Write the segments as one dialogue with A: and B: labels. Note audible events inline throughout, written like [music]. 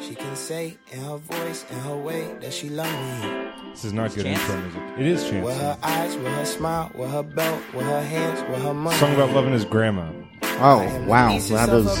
A: She can say in her voice, in her way, that she love me.
B: This is not good
C: Chance?
B: intro music. It is Chance.
A: With her eyes, with her smile, with her belt, with her hands, with her money.
B: Song about loving his grandma.
D: Oh, wow. That was.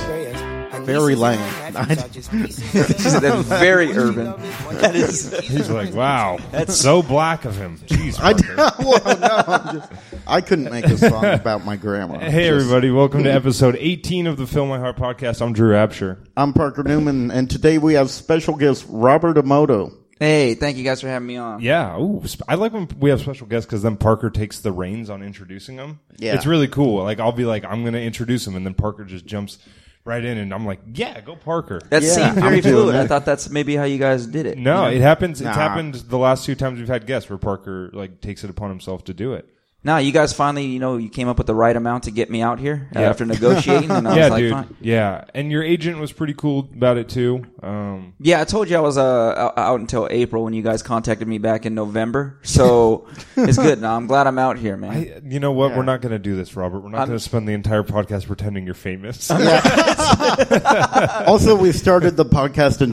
D: very lame. [laughs]
E: She said that's very urban.
A: That
C: is-
B: [laughs] He's
D: [laughs]
B: like, wow, that's so black of him. Jeez,
D: I,
B: Parker.
D: well, no, I'm just, I couldn't make a
B: [laughs]
D: song about my grandma.
B: Hey
D: Just-
B: everybody, welcome to episode 18 of the Fill My Heart podcast. I'm Drew Absher.
D: I'm Parker Newman, and today we have special guest Robert Emoto.
E: Hey, thank you guys for having me on.
B: Yeah, ooh, sp- I like when we have special guests because then Parker takes the reins on introducing them.
D: Yeah.
B: it's really cool. Like I'll be like, I'm going to introduce him, and then Parker just jumps right in, and I'm like, yeah, go Parker.
E: That
D: Yeah,
E: seemed
D: I'm
E: very
D: doing
E: fluid.
D: that.
E: I thought that's maybe how you guys did it.
B: no, it happens. It's
D: Nah.
B: happened the last two times we've had guests where Parker like takes it upon himself to do it.
E: No, you guys finally, you know, you came up with the right amount to get me out here
B: Yeah.
E: after
B: [laughs]
E: negotiating, and I
B: yeah,
E: was like,
B: dude.
E: fine.
B: Yeah, and your agent was pretty cool about it too. Um,
E: Yeah, I told you I was uh, out- out until April when you guys contacted me back in November.
B: [laughs]
E: So it's good. Now I'm glad I'm out here, man.
B: I- you know what?
D: Yeah.
B: We're not going to do this, Robert. We're not going to spend the entire podcast pretending you're
E: [laughs]
B: famous.
D: Also, we started the podcast in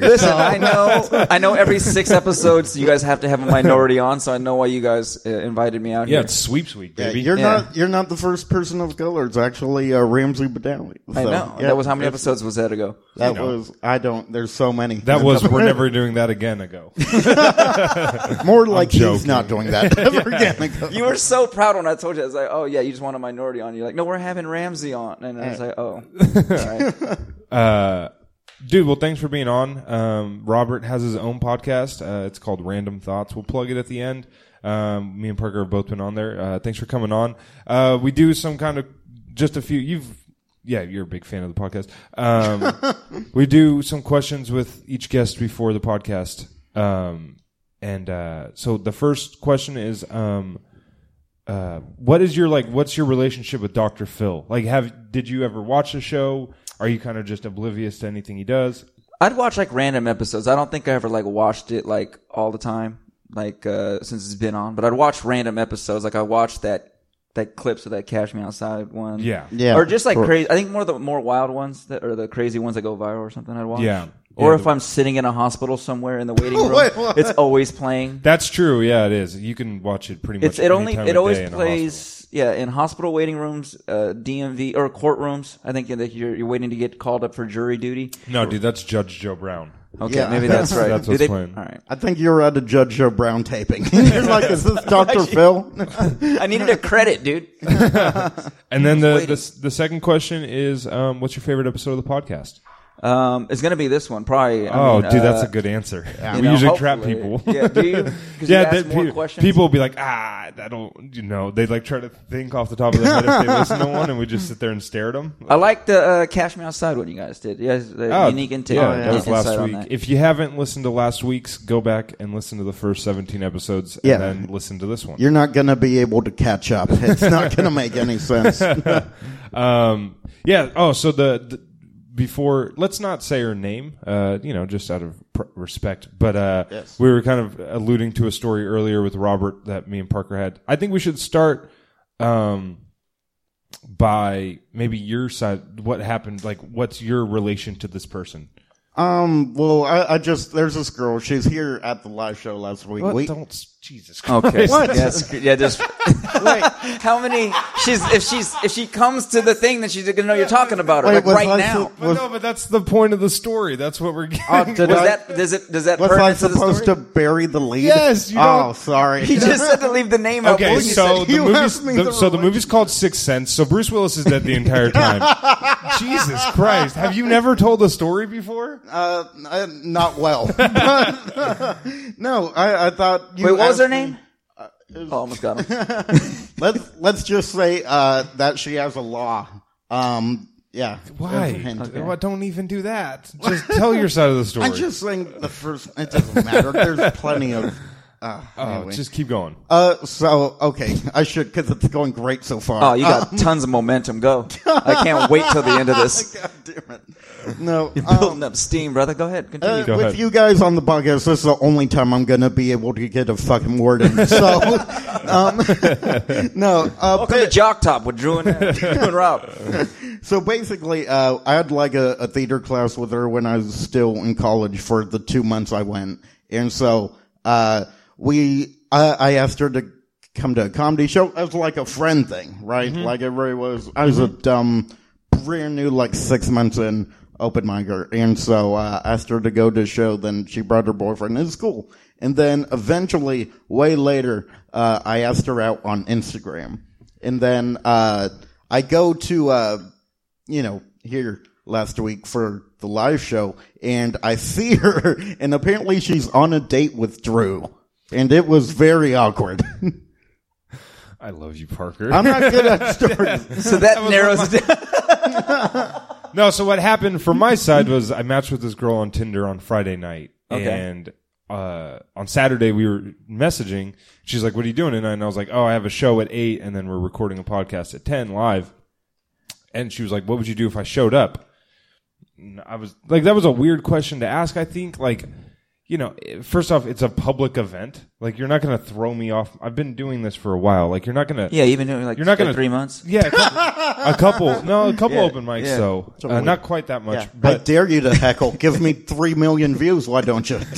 B: [laughs]
E: Listen, I know, I know. Every six episodes, you guys have to have a minority on, so I know why you guys uh, invited me out
B: yeah,
E: here.
B: it's sweeps week,
D: Yeah,
B: baby.
D: you're
E: Yeah.
D: not you're not the first person of color. It's actually uh, Ramsey Badawi.
E: I
D: So,
E: know.
D: yeah,
E: that was how many episodes was that ago?
D: That
B: you know.
D: was I don't. There's so many.
E: [laughs]
D: [laughs]
B: that was we're never doing that again. Ago.
D: more like he's
B: joking.
D: not
B: [laughs]
D: doing that ever again.
E: You were so proud when I told you. I was like, "Oh yeah, you just want a minority on." You're like, "No, we're having Ramsey on," and I was like, "Oh, all
B: [laughs]
E: right."
B: Uh, dude, well, thanks for being on. Um, Robert has his own podcast. Uh, it's called Random Thoughts. We'll plug it at the end. Um, me and Parker have both been on there. Uh, thanks for coming on. Uh, we do some kind of just a few. You've yeah, you're a big fan of the podcast. Um, we do some questions with each guest before the podcast. Um, and uh, so the first question is. Um, uh, what is your like what's your relationship with Dr. Phil? Like have did you ever watch the show? Are you kind of just oblivious to anything he does?
E: I'd watch like random episodes. I don't think I ever like watched it like all the time, like uh since it's been on. But I'd watch random episodes. Like I watched that that clips of that Cash Me Outside one.
B: Yeah.
D: Yeah,
E: or just like
D: sure.
E: crazy. I think more the more wild ones that or the crazy ones that go viral or something. I'd watch.
B: Yeah.
E: Or
B: Yeah,
E: if I'm sitting in a hospital somewhere
B: [laughs]
E: in the waiting room,
D: Wait, what?
E: it's always playing.
B: That's true. Yeah, it is. You can watch it pretty much.
E: It's it
B: any
E: only
B: time of
E: it
B: day
E: always
B: in a
E: plays yeah in hospital waiting rooms, uh, DMV or courtrooms. I think that you're you're waiting to get called up for jury duty.
B: hospital. No, dude, that's Judge Joe Brown.
E: Okay,
D: Yeah.
E: [laughs] maybe that's right.
B: That's
E: Do
B: what's
E: they-
B: playing.
E: All right.
D: I think you're at a Judge Joe Brown taping. [laughs] you're like, is
E: [laughs]
D: this Doctor Phil?
E: I needed a credit, dude.
B: [laughs] And then the, the the second question is, um, what's your favorite episode of the podcast?
E: Um, it's gonna be this one, probably. I
B: Oh,
E: mean,
B: dude,
E: uh,
B: that's a good answer.
E: you
B: [laughs] we
E: know,
B: usually trap
E: hopefully.
B: people.
E: Yeah, do you? 'Cause you ask
B: that
E: more
B: pe-
E: questions?
B: people will be like, ah, I don't, you know, they like try to think off the top of their head if they listen to one, and we just sit there and stare at them.
E: I like the uh, Cash Me Outside one you guys did. You guys, the
B: Oh,
E: unique intake.
B: Yeah, that was
E: insight
B: last
E: on
B: week.
E: that.
B: If you haven't listened to last week's, go back and listen to the first 17 episodes
D: Yeah.
B: and then listen to this one.
D: You're not gonna be able to catch up.
B: [laughs]
D: It's not gonna make any sense.
B: Um, yeah. Oh, so the, the before, let's not say her name, uh, you know, just out of pr- respect. But uh,
D: Yes.
B: we were kind of alluding to a story earlier with Robert that me and Parker had. I think we should start um, by maybe your side. What happened? Like, what's your relation to this person?
D: Um. Well, I, I just there's this girl. She's here at the live show last week.
B: What?
D: We-
B: Don't. s- Jesus Christ. [laughs]
E: Okay.
D: What?
E: Yeah, sc-
D: [laughs]
E: yeah, just
D: wait,
E: how many? She's if she's if she comes to the thing, then she's gonna know you're talking about her
D: Wait,
E: like
D: was
E: right
D: I
E: now.
D: sup-
B: But no, but that's the point of the story. That's what we're getting.
D: uh, did
E: Was
D: I-
E: that does it does that
D: Was I
E: pertinent to the
D: supposed to
E: story?
D: bury the lead?
B: Yes, you
D: oh,
B: don't-
D: sorry.
E: He just said to leave the name out.
B: Okay,
E: Boy, you
B: so
D: said
B: the
D: you
B: movie's
D: asked me
B: the,
D: the
B: so the movie's called Sixth Sense. So Bruce Willis is dead the [laughs] entire time. Jesus Christ! Have you never told a story before?
D: uh, [laughs] uh, not well. [laughs] no, I, I thought. You
E: Wait, what
D: asked
E: was her
D: me-
E: name? Oh, almost got [laughs] him.
D: Let's let's just say uh, that she has a law. Um, yeah.
B: Why?
D: Hint.
B: Why- Don't even do
D: [laughs]
B: that. Just tell your side of the story.
D: I just think the first. It doesn't matter. There's plenty of Uh,
B: Oh,
D: anyway.
B: just keep going.
D: uh, so okay, I should because it's going great so far.
E: Oh, you got tons of momentum. [laughs] Go. I can't wait till the end of [laughs]
D: [laughs]
E: this.
D: God damn it!
E: [laughs]
D: No,
E: Building up steam, brother. Go ahead. Continue.
D: Uh,
B: Go
D: with
B: ahead.
D: you guys on the podcast, this is the only time I'm going to be able to get a fucking word in.
E: [laughs]
D: So, um, [laughs] no. Uh,
E: Welcome to
D: but-
E: Jock Top with Drew [laughs] and, uh, Drew and Rob.
D: so basically, uh, I had like a, a theater class with her when I was still in college for the two months I went. And so, uh, we, I, I asked her to come to a comedy show as like a friend thing, right? Like it really was, I was a dumb, brand new, like six months in open micer. And so, uh, I asked her to go to a show. Then she brought her boyfriend. It was cool. And then eventually, way later, uh, I asked her out on Instagram. And then uh, I go to, uh, you know, here last week for the live show, and I see her, [laughs] and apparently she's on a date with Drew. And it was very awkward. [laughs]
B: I love you, Parker.
D: I'm not good at
E: [laughs]
D: stories.
E: So that, narrows it down.
B: No, so what happened from my side was I matched with this girl on Tinder on Friday night, and uh, on Saturday we were messaging. She's like, "What are you doing tonight?" And I was like, "Oh, I have a show at eight, and then we're recording a podcast at ten live." And she was like, "What would you do if I showed up?" And I was like, "That was a weird question to ask." I think like. You know, first off, it's a public event. Like, you're not going to throw me off. I've been doing this for a while. Like, you're not going to.
E: Yeah, even doing like
B: You're not
E: like
B: gonna-
E: three months.
B: Yeah, a couple, a
E: [laughs]
B: couple- no, a couple
E: Yeah,
B: open mics
E: yeah.
B: though, uh, not quite that much.
E: [laughs]
D: I
B: But
D: dare you to heckle. Give me three million views. Why don't
E: [laughs]
D: you?
B: just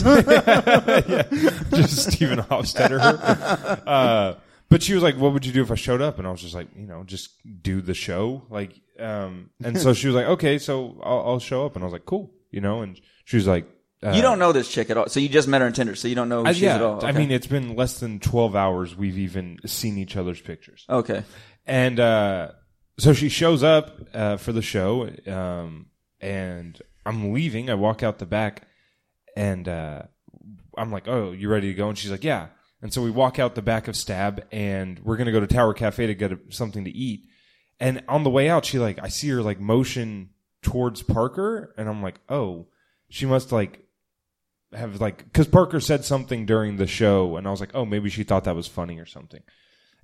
B: Stephen Hofstetter. [laughs] her. Uh, but she was like, "What would you do if I showed up?" And I was just like, "You know, just do the show." Like, um, and so she was like, "Okay, so I'll, I'll show up." And I was like, "Cool," you know. And she was like, uh,
E: You don't know this chick at all. So you just met her on Tinder, so you don't know who
B: I-
E: she
B: yeah,
E: is at all.
B: I
E: Okay.
B: mean, it's been less than twelve hours. We've even seen each other's pictures.
E: okay.
B: And uh, so she shows up uh, for the show, um, and I'm leaving. I walk out the back, and uh, I'm like, "Oh, you ready to go?" And she's like, "Yeah." And so we walk out the back of Stab, and we're gonna go to Tower Cafe to get a, something to eat. And on the way out, she like, I see her like motion towards Parker, and I'm like, "Oh, she must like." Have like because Parker said something during the show, and I was like, "Oh, maybe she thought that was funny or something."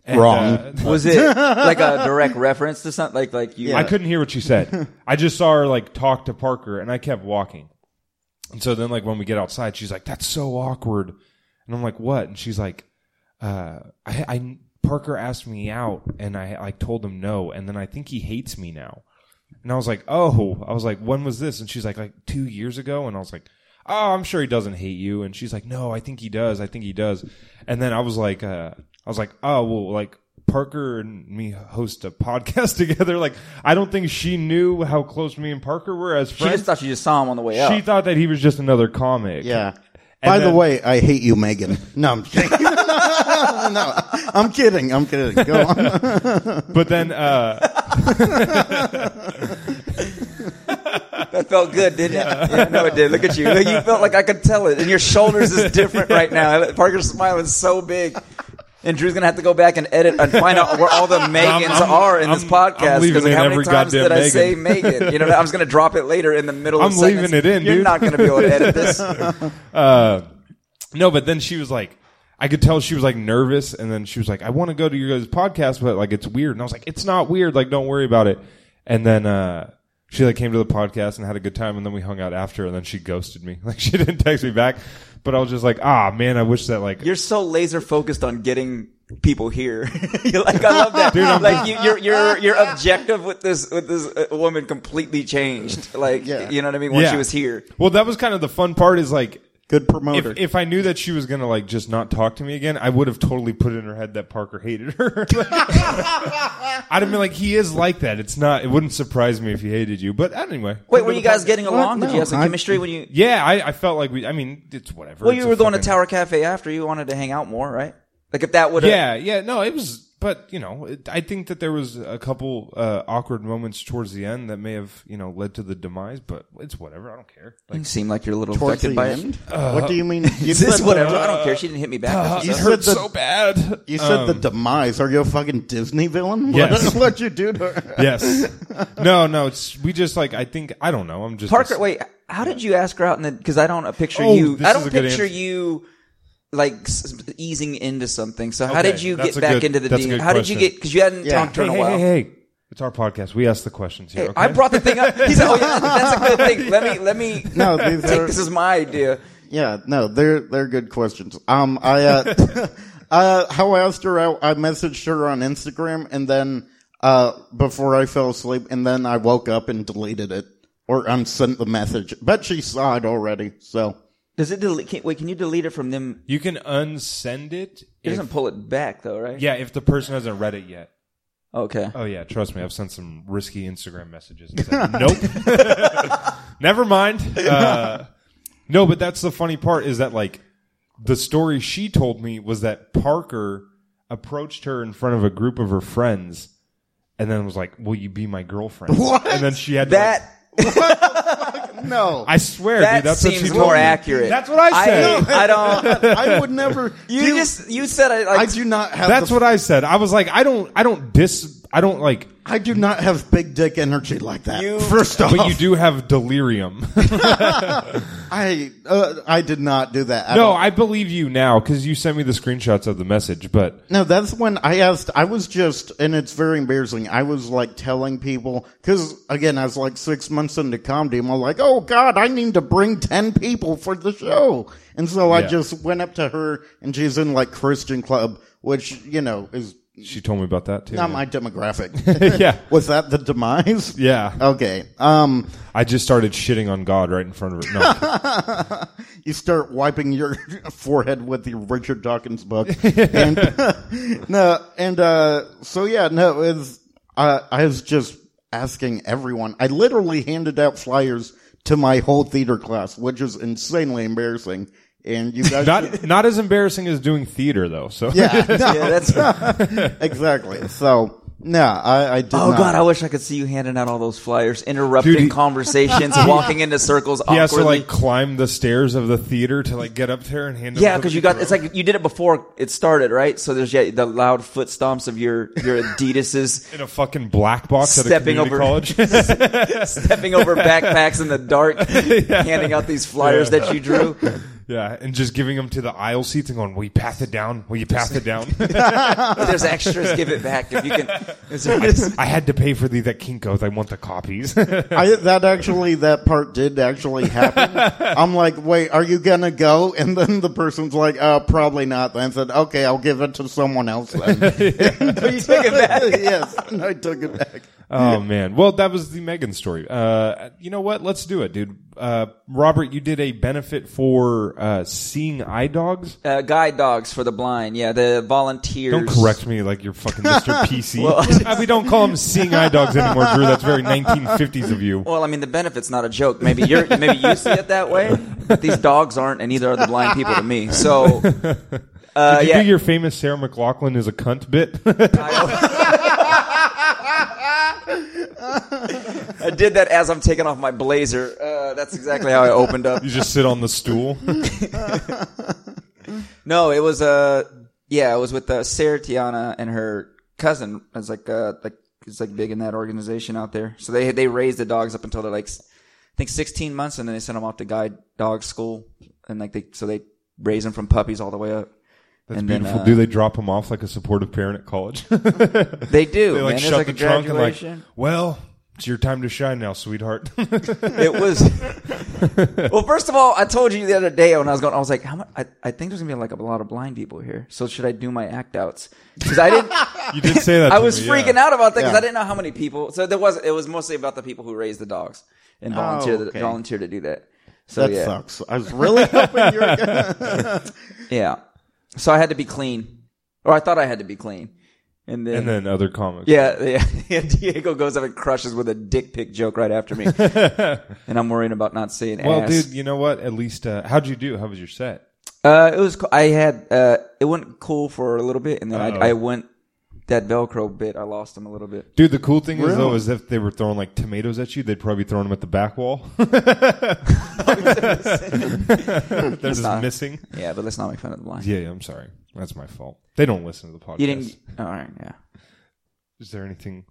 B: And,
D: Wrong.
B: uh,
E: Was it [laughs] like a direct reference to something? Like like you?
B: I couldn't hear what she said. I just saw her like talk to Parker and I kept walking. And so then like when we get outside, she's like, That's so awkward. And I'm like, What? And she's like, uh, I, I Parker asked me out and I like told him no, and then I think he hates me now. And I was like, Oh, I was like, when was this? And she's like, like two years ago, and I was like, Oh, I'm sure he doesn't hate you. And she's like, No, I think he does. I think he does. And then I was like, uh, I was like, Oh, well, like Parker and me host a [laughs] podcast together. Like, I don't think she knew how close me and Parker were as
E: She just
B: friends.
E: thought you just saw him on the way out.
B: She thought that he was just another comic.
D: Yeah. By the
B: then-
D: way, I hate you, Megan. No, I'm kidding. [laughs] no, I'm kidding. I'm kidding. Go
E: [laughs]
D: on.
B: But then, uh,
E: That felt good, didn't it? Yeah, no, it did. Look at you. Look, you felt like I could tell it, and your shoulders is different right now. Parker's smile is so big, and Drew's gonna have to go back and edit and find out where all the Megans
B: I'm-
E: are in
B: I'm-
E: this podcast.
B: I'm leaving
E: like,
B: in
E: how many
B: every
E: times did
B: goddamn
E: I say
B: Megan.
E: Megan? You know, I was gonna drop it later in the middle. of
B: I'm leaving
E: sentence.
B: it in,
E: You're
B: dude.
E: not gonna be able to
B: [laughs]
E: edit this.
B: Uh, no, but then she was like, I could tell she was like nervous, and then she was like, I want to go to your guys' podcast, but like it's weird. And I was like, It's not weird. Like, don't worry about it. And then uh, she like came to the podcast and had a good time, and then we hung out after, and then she ghosted me. [laughs] Like, she didn't text me back. But I was just like, Ah, man, I wish that like.
E: You're so laser focused on getting people here. [laughs] You're like I love that. like you, your your your objective with this with this uh, woman completely changed. Like
D: Yeah.
E: you know what I mean? Once
B: Yeah.
E: she was here.
B: well, that was kind of the fun part. Is like.
D: Good promoter.
B: If, if I knew that she was gonna like just not talk to me again, I would have totally put it in her head that Parker hated her. [laughs] I'd have been like, he is like that. It's not. It wouldn't surprise me if he hated you. But anyway,
E: Wait, were you guys getting along?
D: What?
E: Did you have
D: No,
E: some
D: I-
E: chemistry when you?
B: Yeah, I, I felt like we. I mean, it's whatever.
E: Well,
B: It's
E: you
B: a
E: were going to
B: fucking-
E: Tower Cafe after. You wanted to hang out more, right? Like if that would have.
B: Yeah, yeah. No, it was. But you know, it, I think that there was a couple uh, awkward moments towards the end that may have you know led to the demise. But it's whatever. I don't care. Like,
E: You seem like you're a little
D: Towards
E: affected
D: the
E: by
D: end?
E: it.
D: what do you
E: [laughs]
D: mean? You
E: Is this
D: said
B: uh,
E: whatever? I don't care. She didn't hit me back. That's
D: you
E: what's up.
D: said the,
B: bad.
D: you said the demise. Are you a fucking Disney villain?
B: Um, Yes.
D: What, what you do to her?
B: [laughs] Um, yes. No, no. It's we just like I think I don't know. I'm just
E: Parker, wait. How did you ask her out? in the Because I don't picture
B: Oh,
E: you.
B: this
E: I
B: is
E: don't
B: a good
E: picture
B: answer.
E: you like s- easing into something. So how
B: Okay,
E: did you
B: that's
E: get
B: a
E: back
B: good-
E: into the
B: that's a
E: demon?
B: good
E: How did you
B: question.
E: get? Because you hadn't
D: Yeah.
E: talked to her
B: Hey,
E: in a
B: hey,
E: while.
B: hey, hey. It's our podcast. We ask the questions here.
E: Hey,
B: okay?
E: I brought the thing up. He said,
B: [laughs]
E: "Oh yeah, that's a good thing. Let me let me
D: [laughs] No, these
E: take
D: are-
E: this as my idea."
D: Yeah, no, they're they're good questions. Um, I uh, [laughs] uh, how I asked her out. I messaged her on Instagram, and then uh, before I fell asleep, and then I woke up and deleted it or unsent the message. But she saw it already, so
E: Does it delete? Can, wait, can you delete it from them?
B: you can unsend it.
E: It
B: If,
E: doesn't pull it back though, right?
B: yeah, if the person hasn't read it yet.
E: Okay.
B: Oh yeah, trust me. I've sent some risky Instagram messages. And
E: [laughs]
B: said, nope. [laughs] Never mind. Uh, no, but that's the funny part is that like the story she told me was that Parker approached her in front of a group of her friends and then was like, "Will you be my
E: [laughs]
B: girlfriend?"
D: What?
B: And then she had to, like-
E: That
D: no,
B: I [laughs] swear,
E: that
B: dude, that's what she
E: seems
B: told
E: more
B: me.
E: accurate.
B: That's what I said.
E: [laughs] I,
B: [laughs]
E: I don't.
D: I would never.
E: You,
D: do-
E: just you said I,
D: I
E: [laughs] like,
D: do not have.
B: That's
D: the-
B: what I said. I was like, I don't, I don't dis, I don't like,
D: I do not have big dick energy like that.
E: You-
D: First off,
E: Oh.
B: but you do have
E: [laughs]
B: delirium. [laughs]
D: I uh, I did not do that. At
B: no,
D: all.
B: I believe you now because you sent me the screenshots of the message. But
D: No, that's when I asked. I was just, and it's very embarrassing. I was like telling people because again, I was like six months into comedy. I'm all like, oh god, I need to bring ten people for the show, and so I
B: Yeah.
D: just went up to her, and she's in like Christian club, which you know is
B: she told me about that too.
D: not my demographic.
B: [laughs] yeah,
D: was that the demise?
B: yeah.
E: Oh.
D: Okay. Um,
B: I just started shitting on God right in front of her.
E: [laughs]
B: No,
D: you start wiping your [laughs] forehead with the Richard Dawkins book. and no, and [laughs] uh, so yeah, no, it's uh, I was just asking everyone. I literally handed out flyers to my whole theater class, which is insanely embarrassing. And you
B: [laughs]
D: guys,
B: not not as embarrassing as doing theater though. So
D: yeah, no,
E: yeah, that's. oh
D: [laughs] exactly. So no, I, I did. not.
E: God, I wish I could see you handing out all those flyers, interrupting
B: Dude, he-
E: conversations,
B: [laughs]
E: walking into
B: [laughs]
E: circles
B: he
E: awkwardly.
B: has to like climb the stairs of the theater to like get up there and handle.
E: yeah, because you got it's like you did it before it started, right? So there's yeah, the loud foot stomps of your
B: [laughs]
E: your Adidas's
B: in a fucking black box
E: Stepping
B: at a community
E: over- [laughs]
B: college.
E: stepping over backpacks in
B: [laughs]
E: the dark, handing out these flyers that you drew.
B: yeah, and just giving them to the aisle seats and going, "Will you pass it down? Will you pass it down?"
E: [laughs] If there's extras, give it back if you
B: [laughs]
E: can. Is there-
B: I had to pay for these at Kinko's. I want the copies. [laughs] Oh,
D: [laughs] I, that actually, that part did actually happen. [laughs] I'm like, wait, are you gonna go? And then the person's like, oh, probably not. Then I said, okay, I'll give it to someone else [laughs] then. you took it back. [laughs] yes, and I took it back.
B: Oh man. Well, that was the Megan story. Uh, you know what? Let's do it, dude. Uh, Robert, you did a benefit for uh, seeing eye dogs.
E: uh, guide dogs for the blind. Yeah, the volunteers.
B: Don't correct me like you're fucking
E: [laughs]
B: Mr. PC. [laughs] Uh, we don't call them seeing eye dogs anymore, Drew. That's very 1950s of you.
E: Well, I mean, the benefit's not a joke. Maybe you're maybe you see it that way, but these dogs aren't, and neither are the blind people to
B: [laughs]
E: me. So, uh,
B: Did you
E: yeah,
B: do your famous Sarah McLaughlin is a cunt bit? [laughs]
E: [laughs] I did that as I'm taking off my blazer. Uh, that's exactly how I opened up.
B: you just sit on the
E: [laughs]
B: stool.
E: No, it was uh yeah, it was with uh, Sarah Tiana and her cousin. It's like uh like it's like big in that organization out there. So they they raised the dogs up until they're like s- I think 16 months, and then they sent them off to guide dog school, and like they so they raise them from puppies all the way up. That's and
B: Beautiful.
E: Then,
B: do
E: uh,
B: they drop them off like a supportive parent at college? [laughs]
E: they do.
B: they like
E: man. It's
B: shut
E: like
B: the
E: a
B: trunk and like,
E: graduation.
B: well, it's your time to shine now, sweetheart. [laughs]
E: [laughs] it was. well, first of all, I told you the other day when I was going, I was like, how much? I, I think there's gonna be like a lot of blind people here. So should I do my act outs? Because I didn't.
B: you did say that.
E: I
B: to
E: was
B: me,
E: freaking
B: yeah.
E: out about that because
D: Yeah.
E: I didn't know how many people. So there was. It was mostly about the people who raised the dogs and
B: Oh,
E: volunteer
D: okay.
E: volunteer to do that. So
D: That
E: yeah,
D: sucks. I was really hoping you were
E: [laughs]
D: gonna.
E: yeah. So I had to be clean, or I thought I had to be clean, and then.
B: And then other comics.
E: yeah, [laughs] yeah, yeah. Diego goes up and crushes with a dick pic joke right
B: [laughs]
E: after me, and I'm worrying about not saying
B: Well,
E: ass.
B: dude, you know what? At least, uh, how'd you do? How was your set?
E: Uh, it was. co- I had. Uh, it went cool for a little bit, and then I, I went that Velcro bit. I lost him a little bit.
B: Dude, the cool thing is though, is if they were throwing like tomatoes at you, they'd probably throw them at the back
E: [laughs]
B: wall. [laughs] They're just
E: not-
B: missing.
E: Yeah, but let's not make fun of the blind.
B: Yeah, yeah, I'm sorry. That's my fault. They don't listen to the podcast.
E: you didn't. All right. Yeah.
B: Is there anything?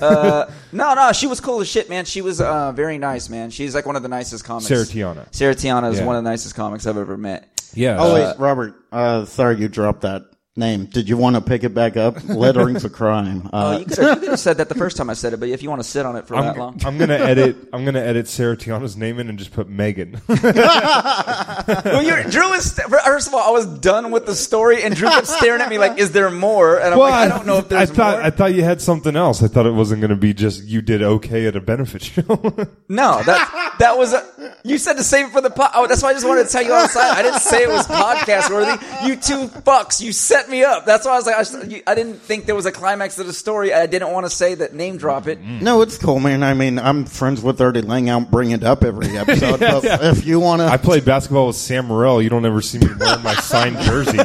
E: Uh, no, no, she was cool as shit, man. She was uh, very nice, man. She's like one of the nicest comics.
B: Sarah Tiana.
E: Sarah Tiana is
B: Yeah.
E: one of the nicest comics I've ever met.
B: Yeah.
D: Oh wait, Robert. Uh, sorry, you dropped that name. Did you want to pick it back up? Lettering's a crime. Uh,
E: Oh, you could have, said that the first time I said it, but if you want to sit on it for that
B: I'm,
E: long,
B: I'm
E: [laughs]
B: gonna edit. I'm gonna edit Sarah Tiana's name in and just put
E: [laughs]
B: Megan.
E: well, you're, Drew is. First of all, I was done with the story, and Drew kept staring at me like, "Is there more?" And I'm like, "I don't know if there's
B: I thought
E: more."
B: I thought you had something else. I thought it wasn't gonna be just you did okay at a benefit show. [laughs]
E: no, that that was. A, you said to save it for the pod. Oh, that's why I just wanted to tell you outside. I didn't say it was podcast worthy. You two fucks, you set me up. That's why I was like, I, just- you- I didn't think there was a climax to the story. I didn't want to say that name drop it.
D: No, it's cool, man. I mean, I'm friends with Ernie Lang. I don't bring it up every [laughs] episode. but if you want
B: I
D: to,
B: played basketball with Sam Morrell. You don't ever see me wearing my signed jersey.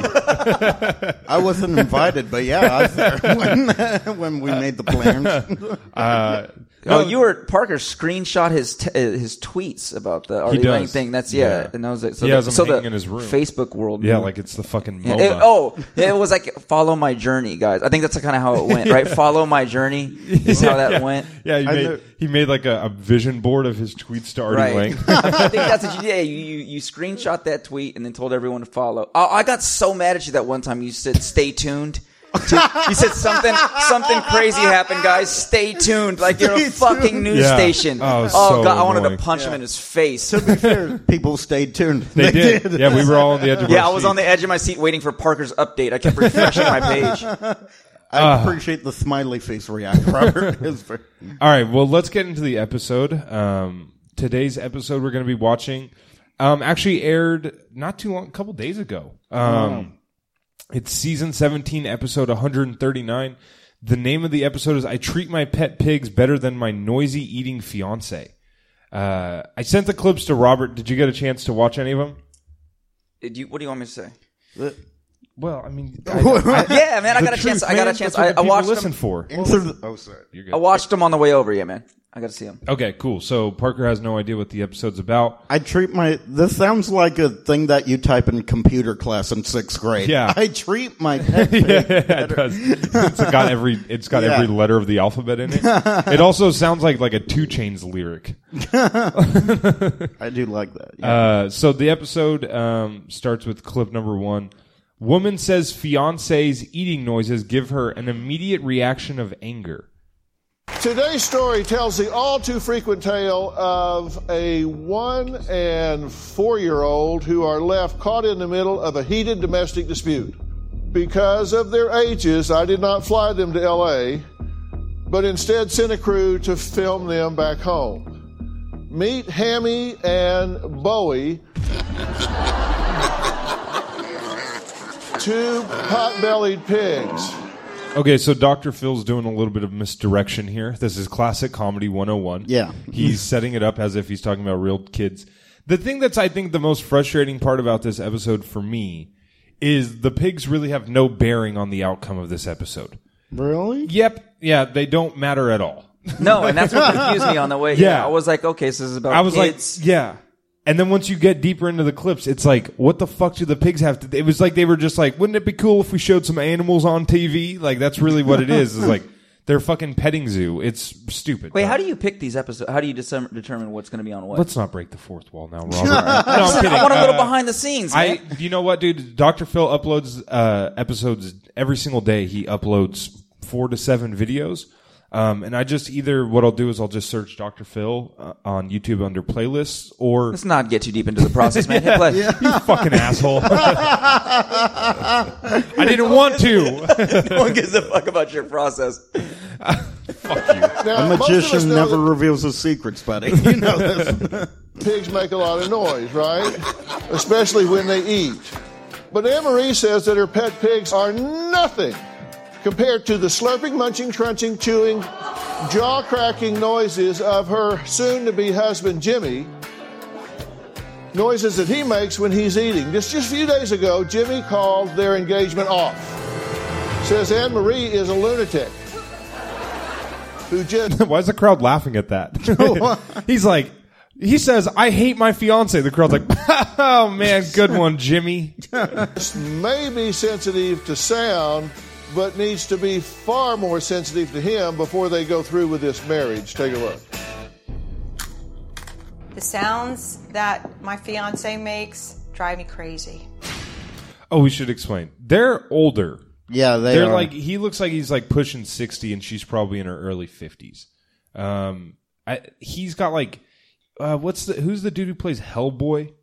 D: I wasn't invited, but yeah, I was there [laughs] when, when we made
B: [laughs]
D: the plans.
B: Uh,
E: Oh, you were Parker screenshot his t- uh, his tweets about the Artie Lang
B: does.
E: thing. That's yeah,
B: Yeah.
E: and that was it. So
B: He
E: the,
B: has 'em
E: so the
B: hanging in his room.
E: Facebook world.
B: yeah,
E: knew.
B: like it's the fucking
E: Yeah,
B: MOBA.
E: it,
B: [laughs]
E: oh, it was like follow my journey, guys. I think that's kind of how it
B: [laughs]
E: went, right? Follow my journey is how that went.
B: yeah. He
D: I
B: made,
D: know-
B: he made like a, a vision board of his tweets to Artie
E: Right. [laughs]
B: Lang.
E: I think that's what you did. You, you, you screenshot that tweet and then told everyone to follow. Oh, I got so mad at you that one time. You said,
B: [laughs]
E: stay tuned. To- you said something something crazy happened, guys. Stay tuned. Like you're a fucking news
B: Yeah.
E: station.
B: Oh, it was so
E: God. I wanted to
B: annoying.
E: punch him in his face.
D: People stayed tuned.
B: They did. Yeah, we were all on the edge of
E: yeah,
B: our
E: I was on the edge of my seat waiting for Parker's update. I kept refreshing
B: [laughs]
E: my page.
D: I
B: Ah.
D: appreciate the smiley face react, Robert. [laughs] It's very-
B: All right, well, let's get into the episode. Um, today's episode we're going to be watching um, actually aired not too long, a couple days ago. Um, It's season 17, episode 139. The name of the episode is I Treat My Pet Pigs Better Than My Noisy Eating Fiance. Uh, I sent the clips to Robert. Did you get a chance to watch any of them?
E: Did you, what do you want me to
B: [laughs]
E: say?
B: Well, I mean, [laughs]
D: [laughs]
E: Yeah, man, I got a chance. I got a chance. I, I watched
B: Listen
E: them.
B: for.
D: Answer the- oh, sorry.
E: I watched them on the way over. Yeah, man, I got to see them.
B: Okay, cool. So Parker has no idea what the episode's about.
D: I treat my. This sounds like a thing that you type in computer class in sixth grade.
B: Yeah.
D: [laughs] I treat my
B: [laughs]
D: pet
B: yeah, it does. It's got every it's got
D: Yeah.
B: every letter of the alphabet in it. It also sounds like like a Two Chains lyric.
D: I do like that. Yeah.
B: Uh, so the episode um, starts with clip number one. Woman says fiance's eating noises give her an immediate reaction of anger.
C: Today's story tells the all too frequent tale of a one and four year old who are left caught in the middle of a heated domestic dispute. Because of their ages, I did not fly them to LA, but instead sent a crew to film them back home. Meet Hammy and Bowie. Two pot bellied pigs.
B: Okay, so Dr. Phil's doing a little bit of misdirection here. This is classic comedy 101.
D: Yeah.
B: He's setting it up as if he's talking about real kids. The thing that's, I think, the most frustrating part about this episode for me is the pigs really have no bearing on the outcome of this episode.
D: really?
B: Yep. Yeah, they don't matter at all.
E: No, and
B: [laughs]
E: that's what confused me on the way.
B: Yeah.
E: I was like, okay, so this is about.
B: I was
E: kids.
B: like, yeah. And then once you get deeper into the clips, it's like, what the fuck do the pigs have to? It was like they were just like, wouldn't it be cool if we showed some animals on TV? Like that's really what it is. Is
E: [laughs]
B: like they're fucking petting zoo. It's stupid.
E: wait, how do you pick these episodes? How do you discern, determine what's going to be on what?
B: Let's not break the fourth wall now, Robert. no, I'm kidding.
E: [laughs] I want a little
B: Uh,
E: behind the scenes.
B: I,
E: Man.
B: you know what, dude? Dr. Phil uploads uh, episodes every single day. He uploads four to seven videos. Um, and I just either what I'll do is I'll just search Dr. Phil uh, on YouTube under playlists or
E: Let's not get too deep into the process,
B: [laughs]
E: man. Hit play.
B: you fucking asshole. I didn't want to.
E: No one gives a fuck about your process.
B: Fuck you.
C: Now,
D: A
C: most of us
D: magician
C: know
D: never
C: that-
D: reveals his secrets, buddy. [laughs] You know this.
C: pigs make a lot of noise, right? Especially when they eat. But Anne Marie says that her pet pigs are nothing compared to the slurping, munching, crunching, chewing, jaw cracking noises of her soon to be husband, Jimmy. Noises that he makes when he's eating. Just, just a few days ago, Jimmy called their engagement off. Says Anne Marie is a lunatic who just
B: [laughs] Why is the crowd laughing at that? [laughs] He's like, he says, I hate my fiance. The crowd's like, [laughs] oh man, good one, Jimmy.
C: may be sensitive to sound, but needs to be far more sensitive to him before they go through with this marriage. Take a look.
F: The sounds that my fiance makes drive me crazy.
B: Oh, we should explain. They're older.
D: Yeah, they
B: They're
D: are.
B: like he looks like he's like pushing sixty, and she's probably in her early fifties. Um, I, he's got like, uh, what's the who's the dude who plays Hellboy?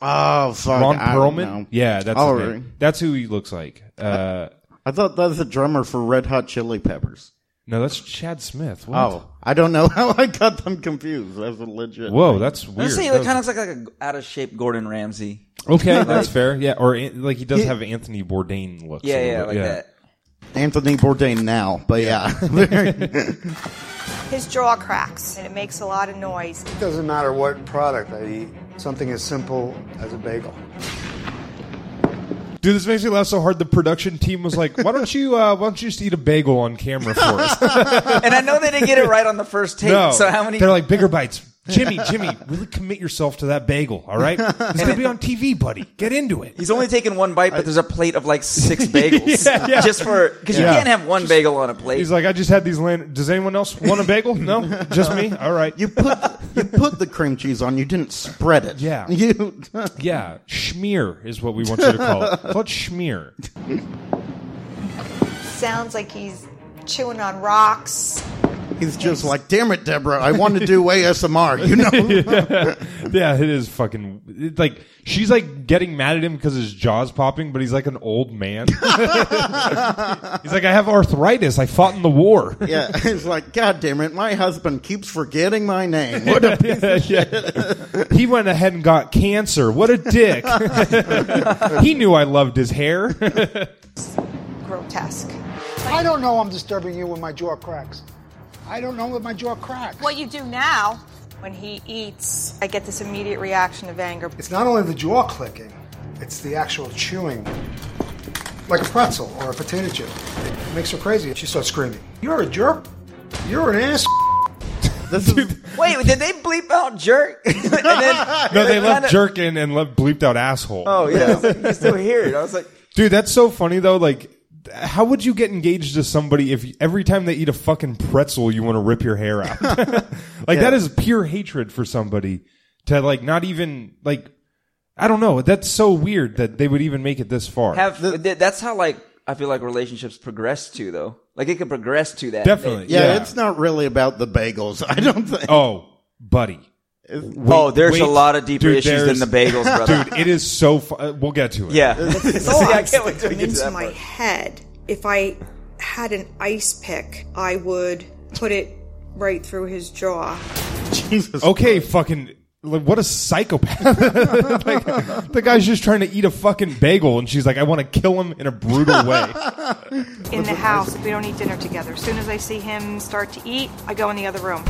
D: oh fuck,
B: Ron
D: I don't know.
B: Perlman. Yeah, that's
D: Oh,
B: his name.
D: really?
B: that's who he looks like. Uh,
D: I thought that was the drummer for Red Hot Chili Peppers.
B: no, that's Chad Smith. What?
D: Oh, I don't know [laughs] how I got them confused. That's a legit.
B: Whoa, that's weird.
E: Let's say he
B: That
E: kind of looks like, like an out of shape Gordon Ramsay.
B: was- [laughs]
E: [laughs]
B: okay, that's fair. Yeah, or an- like he does have Anthony Bourdain looks. a
E: Yeah, yeah,
B: little
E: like
B: bit,
E: that.
D: Anthony Bourdain now, but yeah.
F: His jaw cracks and it makes a lot of noise.
G: It doesn't matter what product I eat, something as simple as a bagel.
B: Dude, this makes me laugh so hard. The production team was like, "Why don't you? Uh, why don't you just eat a bagel on camera for
E: [laughs]
B: us?"
E: And I know they didn't get it right on the first take.
B: No,
E: So how many?
B: They're like bigger bites. Jimmy, Jimmy, really commit yourself to that bagel. All right, it's gonna be on TV, buddy. Get into it.
E: He's only taken one bite, but there's a plate of
B: [laughs]
E: like six bagels
B: Yeah, yeah.
E: just for because you
B: Yeah.
E: can't have one bagel on a plate.
B: He's like, I just had these. Land- Does anyone else want a bagel? No, just me. All right.
D: [laughs] you put you put the cream cheese on. You didn't spread it.
B: Yeah.
D: [laughs] You.
B: Yeah, schmear is what we want you to call it. Call it schmear.
F: Sounds like he's chewing on rocks.
D: He's just like, damn it, Deborah. I want to do ASMR. You [laughs] know.
B: Yeah, it is fucking it's like she's like getting mad at him because his jaw's popping, but he's like an old man. he's like, I have arthritis. I fought in the war.
D: Yeah. It's like, God damn it, my husband keeps forgetting my name. What a piece of shit.
B: [laughs] He went ahead and got cancer. What a dick. [laughs] he knew I loved his hair.
F: Grotesque.
H: I don't know I'm disturbing you when my jaw cracks. I don't know when my jaw cracks.
F: What you do now when he eats, I get this immediate reaction of anger. [laughs]
H: It's not only the jaw clicking, it's the actual chewing. Like a pretzel or a potato chip. It makes her crazy. She starts screaming. You're a jerk. You're an ass.
D: This is,
E: Wait, did they bleep out jerk? [laughs] and then,
B: No, they left
E: kinda-
B: jerk in and left bleeped out asshole.
E: Oh yeah, I was like, you can still hear it. I was like,
B: Dude, that's so funny though. Like, how would you get engaged to somebody if every time they eat a fucking pretzel, you want to rip your hair out? [laughs] like, that is pure hatred for somebody to like not even like. I don't know. That's so weird that they would even make it this far.
E: have th- that's how like I feel like relationships progress to though. Like it could progress to that.
B: Definitely.
D: yeah,
B: yeah.
D: it's not really about the bagels. I don't think.
B: oh, buddy.
E: oh, there's
B: wait.
E: a lot of deeper
B: Dude,
E: issues than
B: there's-
E: the
B: [laughs]
E: bagels, brother.
B: Dude, it is so. Fu- uh, we'll get to it. [laughs]
E: yeah. [laughs] See, I can't wait till we get to
F: into
E: that
F: my
E: part.
F: head. If I had an ice pick, I would put it right through his jaw.
D: [laughs] Jesus.
B: Okay, fucking. Like, what a psychopath! [laughs] like, the guy's just trying to eat a fucking bagel, and she's like, "I want to kill him in a brutal way."
F: In the house, we don't eat dinner together. As soon as I see him start to eat, I go in the other room.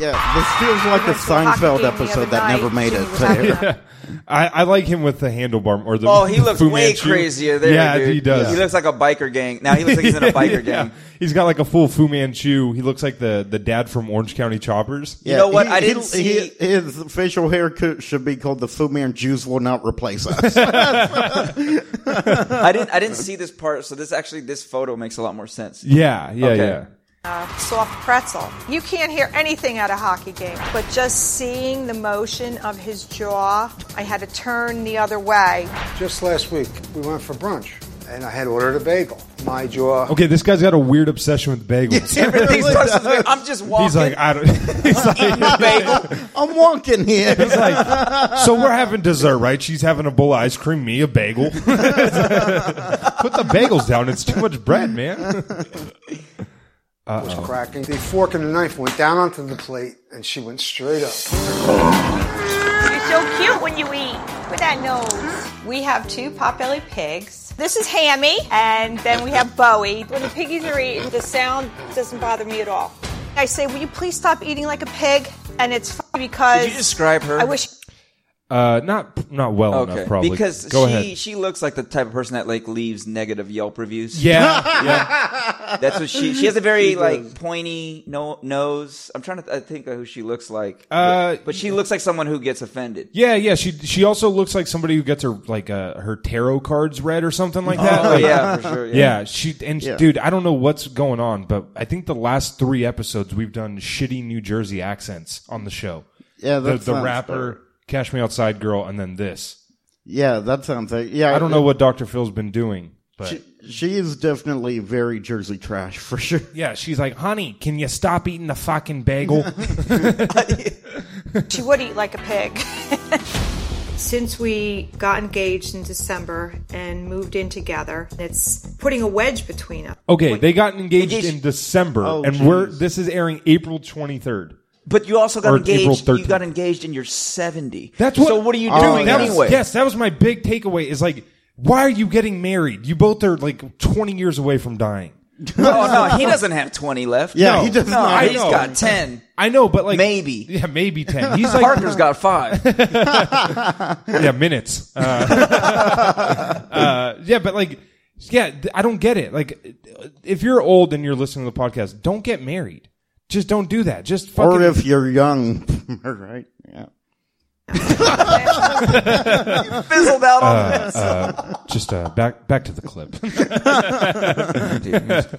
D: Yeah, this feels like a
F: went to a hockey
D: Seinfeld
F: game the other
D: episode that
F: night.
D: never made
F: Jimmy
D: it.
F: was out
D: there.
F: there.
B: I, I like him with the handlebar or the.
E: Oh, he
B: the
E: looks
B: Fu
E: way
B: Manchu.
E: crazier there.
B: Yeah,
E: dude.
B: he does.
E: He looks like a biker gang. Now he looks like he's in a biker
B: [laughs] Yeah.
E: gang.
B: He's got like a full Fu Manchu. He looks like the the dad from Orange County Choppers.
D: Yeah,
E: know what?
D: he-
E: I didn't
D: he- he-
E: see-
D: his facial hair could, should be called the Fu Man Jews will not replace us.
E: I didn't. I didn't see this part. So this actually, this photo makes a lot more sense. [laughs]
B: yeah, yeah,
E: Okay.
B: yeah.
F: soft pretzel. You can't hear anything at a hockey game, but just seeing the motion of his jaw, I had to turn the other way.
H: Just last week, we went for brunch, and I had ordered a bagel. My jaw.
B: Okay, this guy's got a weird obsession with bagels. [laughs]
E: Everything's processed. Like, I'm just walking.
B: He's like, I don't. [laughs] He's like,
D: I'm walking here.
B: he's like, so we're having dessert, right? She's having a bowl of ice cream, me a bagel. [laughs] Put the bagels down. It's too much bread, man.
H: was cracking. The fork and the knife went down onto the plate, and she went straight up.
F: You're so cute when you eat with that nose. We have two potbelly pigs. This is Hammy, and then we have Bowie. When the piggies are eating, the sound doesn't bother me at all. I say, will you please stop eating like a pig? And it's funny because
E: Did you describe her?
F: I wish
B: Uh, not not well
E: Okay,
B: enough, probably.
E: because
B: go
E: she
B: ahead.
E: she looks like the type of person that like leaves negative Yelp reviews.
B: Yeah, yeah.
E: that's what she she has a very like pointy no, nose. I'm trying to th- I think of who she looks like.
B: Uh,
E: but she looks like someone who gets offended.
B: Yeah, yeah. She she also looks like somebody who gets her like uh, her tarot cards read or something like that.
E: Oh
B: Like,
E: yeah, for sure. Yeah.
B: yeah. She and
D: Yeah.
B: dude, I don't know what's going on, but I think the last three episodes we've done shitty New Jersey accents on the show.
D: Yeah, that
B: the, the
D: sounds
B: rapper, Cash Me Outside Girl, and then this.
D: Yeah, that sounds like yeah.
B: I don't know what Dr. Phil's been doing, but
D: She, she is definitely very Jersey trash for sure.
B: yeah, she's like, honey, can you stop eating the fucking
D: [laughs]
B: bagel?
F: She would eat like a pig. [laughs] Since we got engaged in December and moved in together, it's putting a wedge between us.
B: okay, they got engaged in December,
D: Oh,
B: and we're
D: jeez.
B: this is airing April 23rd.
E: But you also got
B: Or April
E: engaged.
B: 13th.
E: You got engaged in your seventy.
B: That's what.
E: So what are you
B: Dude,
E: doing
B: that was-
E: anyway?
B: yes, that was my big takeaway. Is like, why are you getting married? You both are like 20 years away from dying.
E: No, no, he doesn't have twenty left.
D: Yeah,
B: No.
D: he does
E: no,
D: not.
B: I
E: he's
B: know.
E: got ten.
B: I know, but like
E: Maybe.
B: yeah, maybe
E: [laughs]
B: 10. He's like [laughs]
E: Parker's got five.
B: yeah, minutes. Uh, [laughs] uh, yeah, but like, yeah, th- I don't get it. Like, if you're old and you're listening to the podcast, don't get married. Just don't do that. Just fucking.
D: Or if you're young, [laughs] right? Yeah.
E: Fizzled out on the
B: [laughs] just uh, back back to the clip.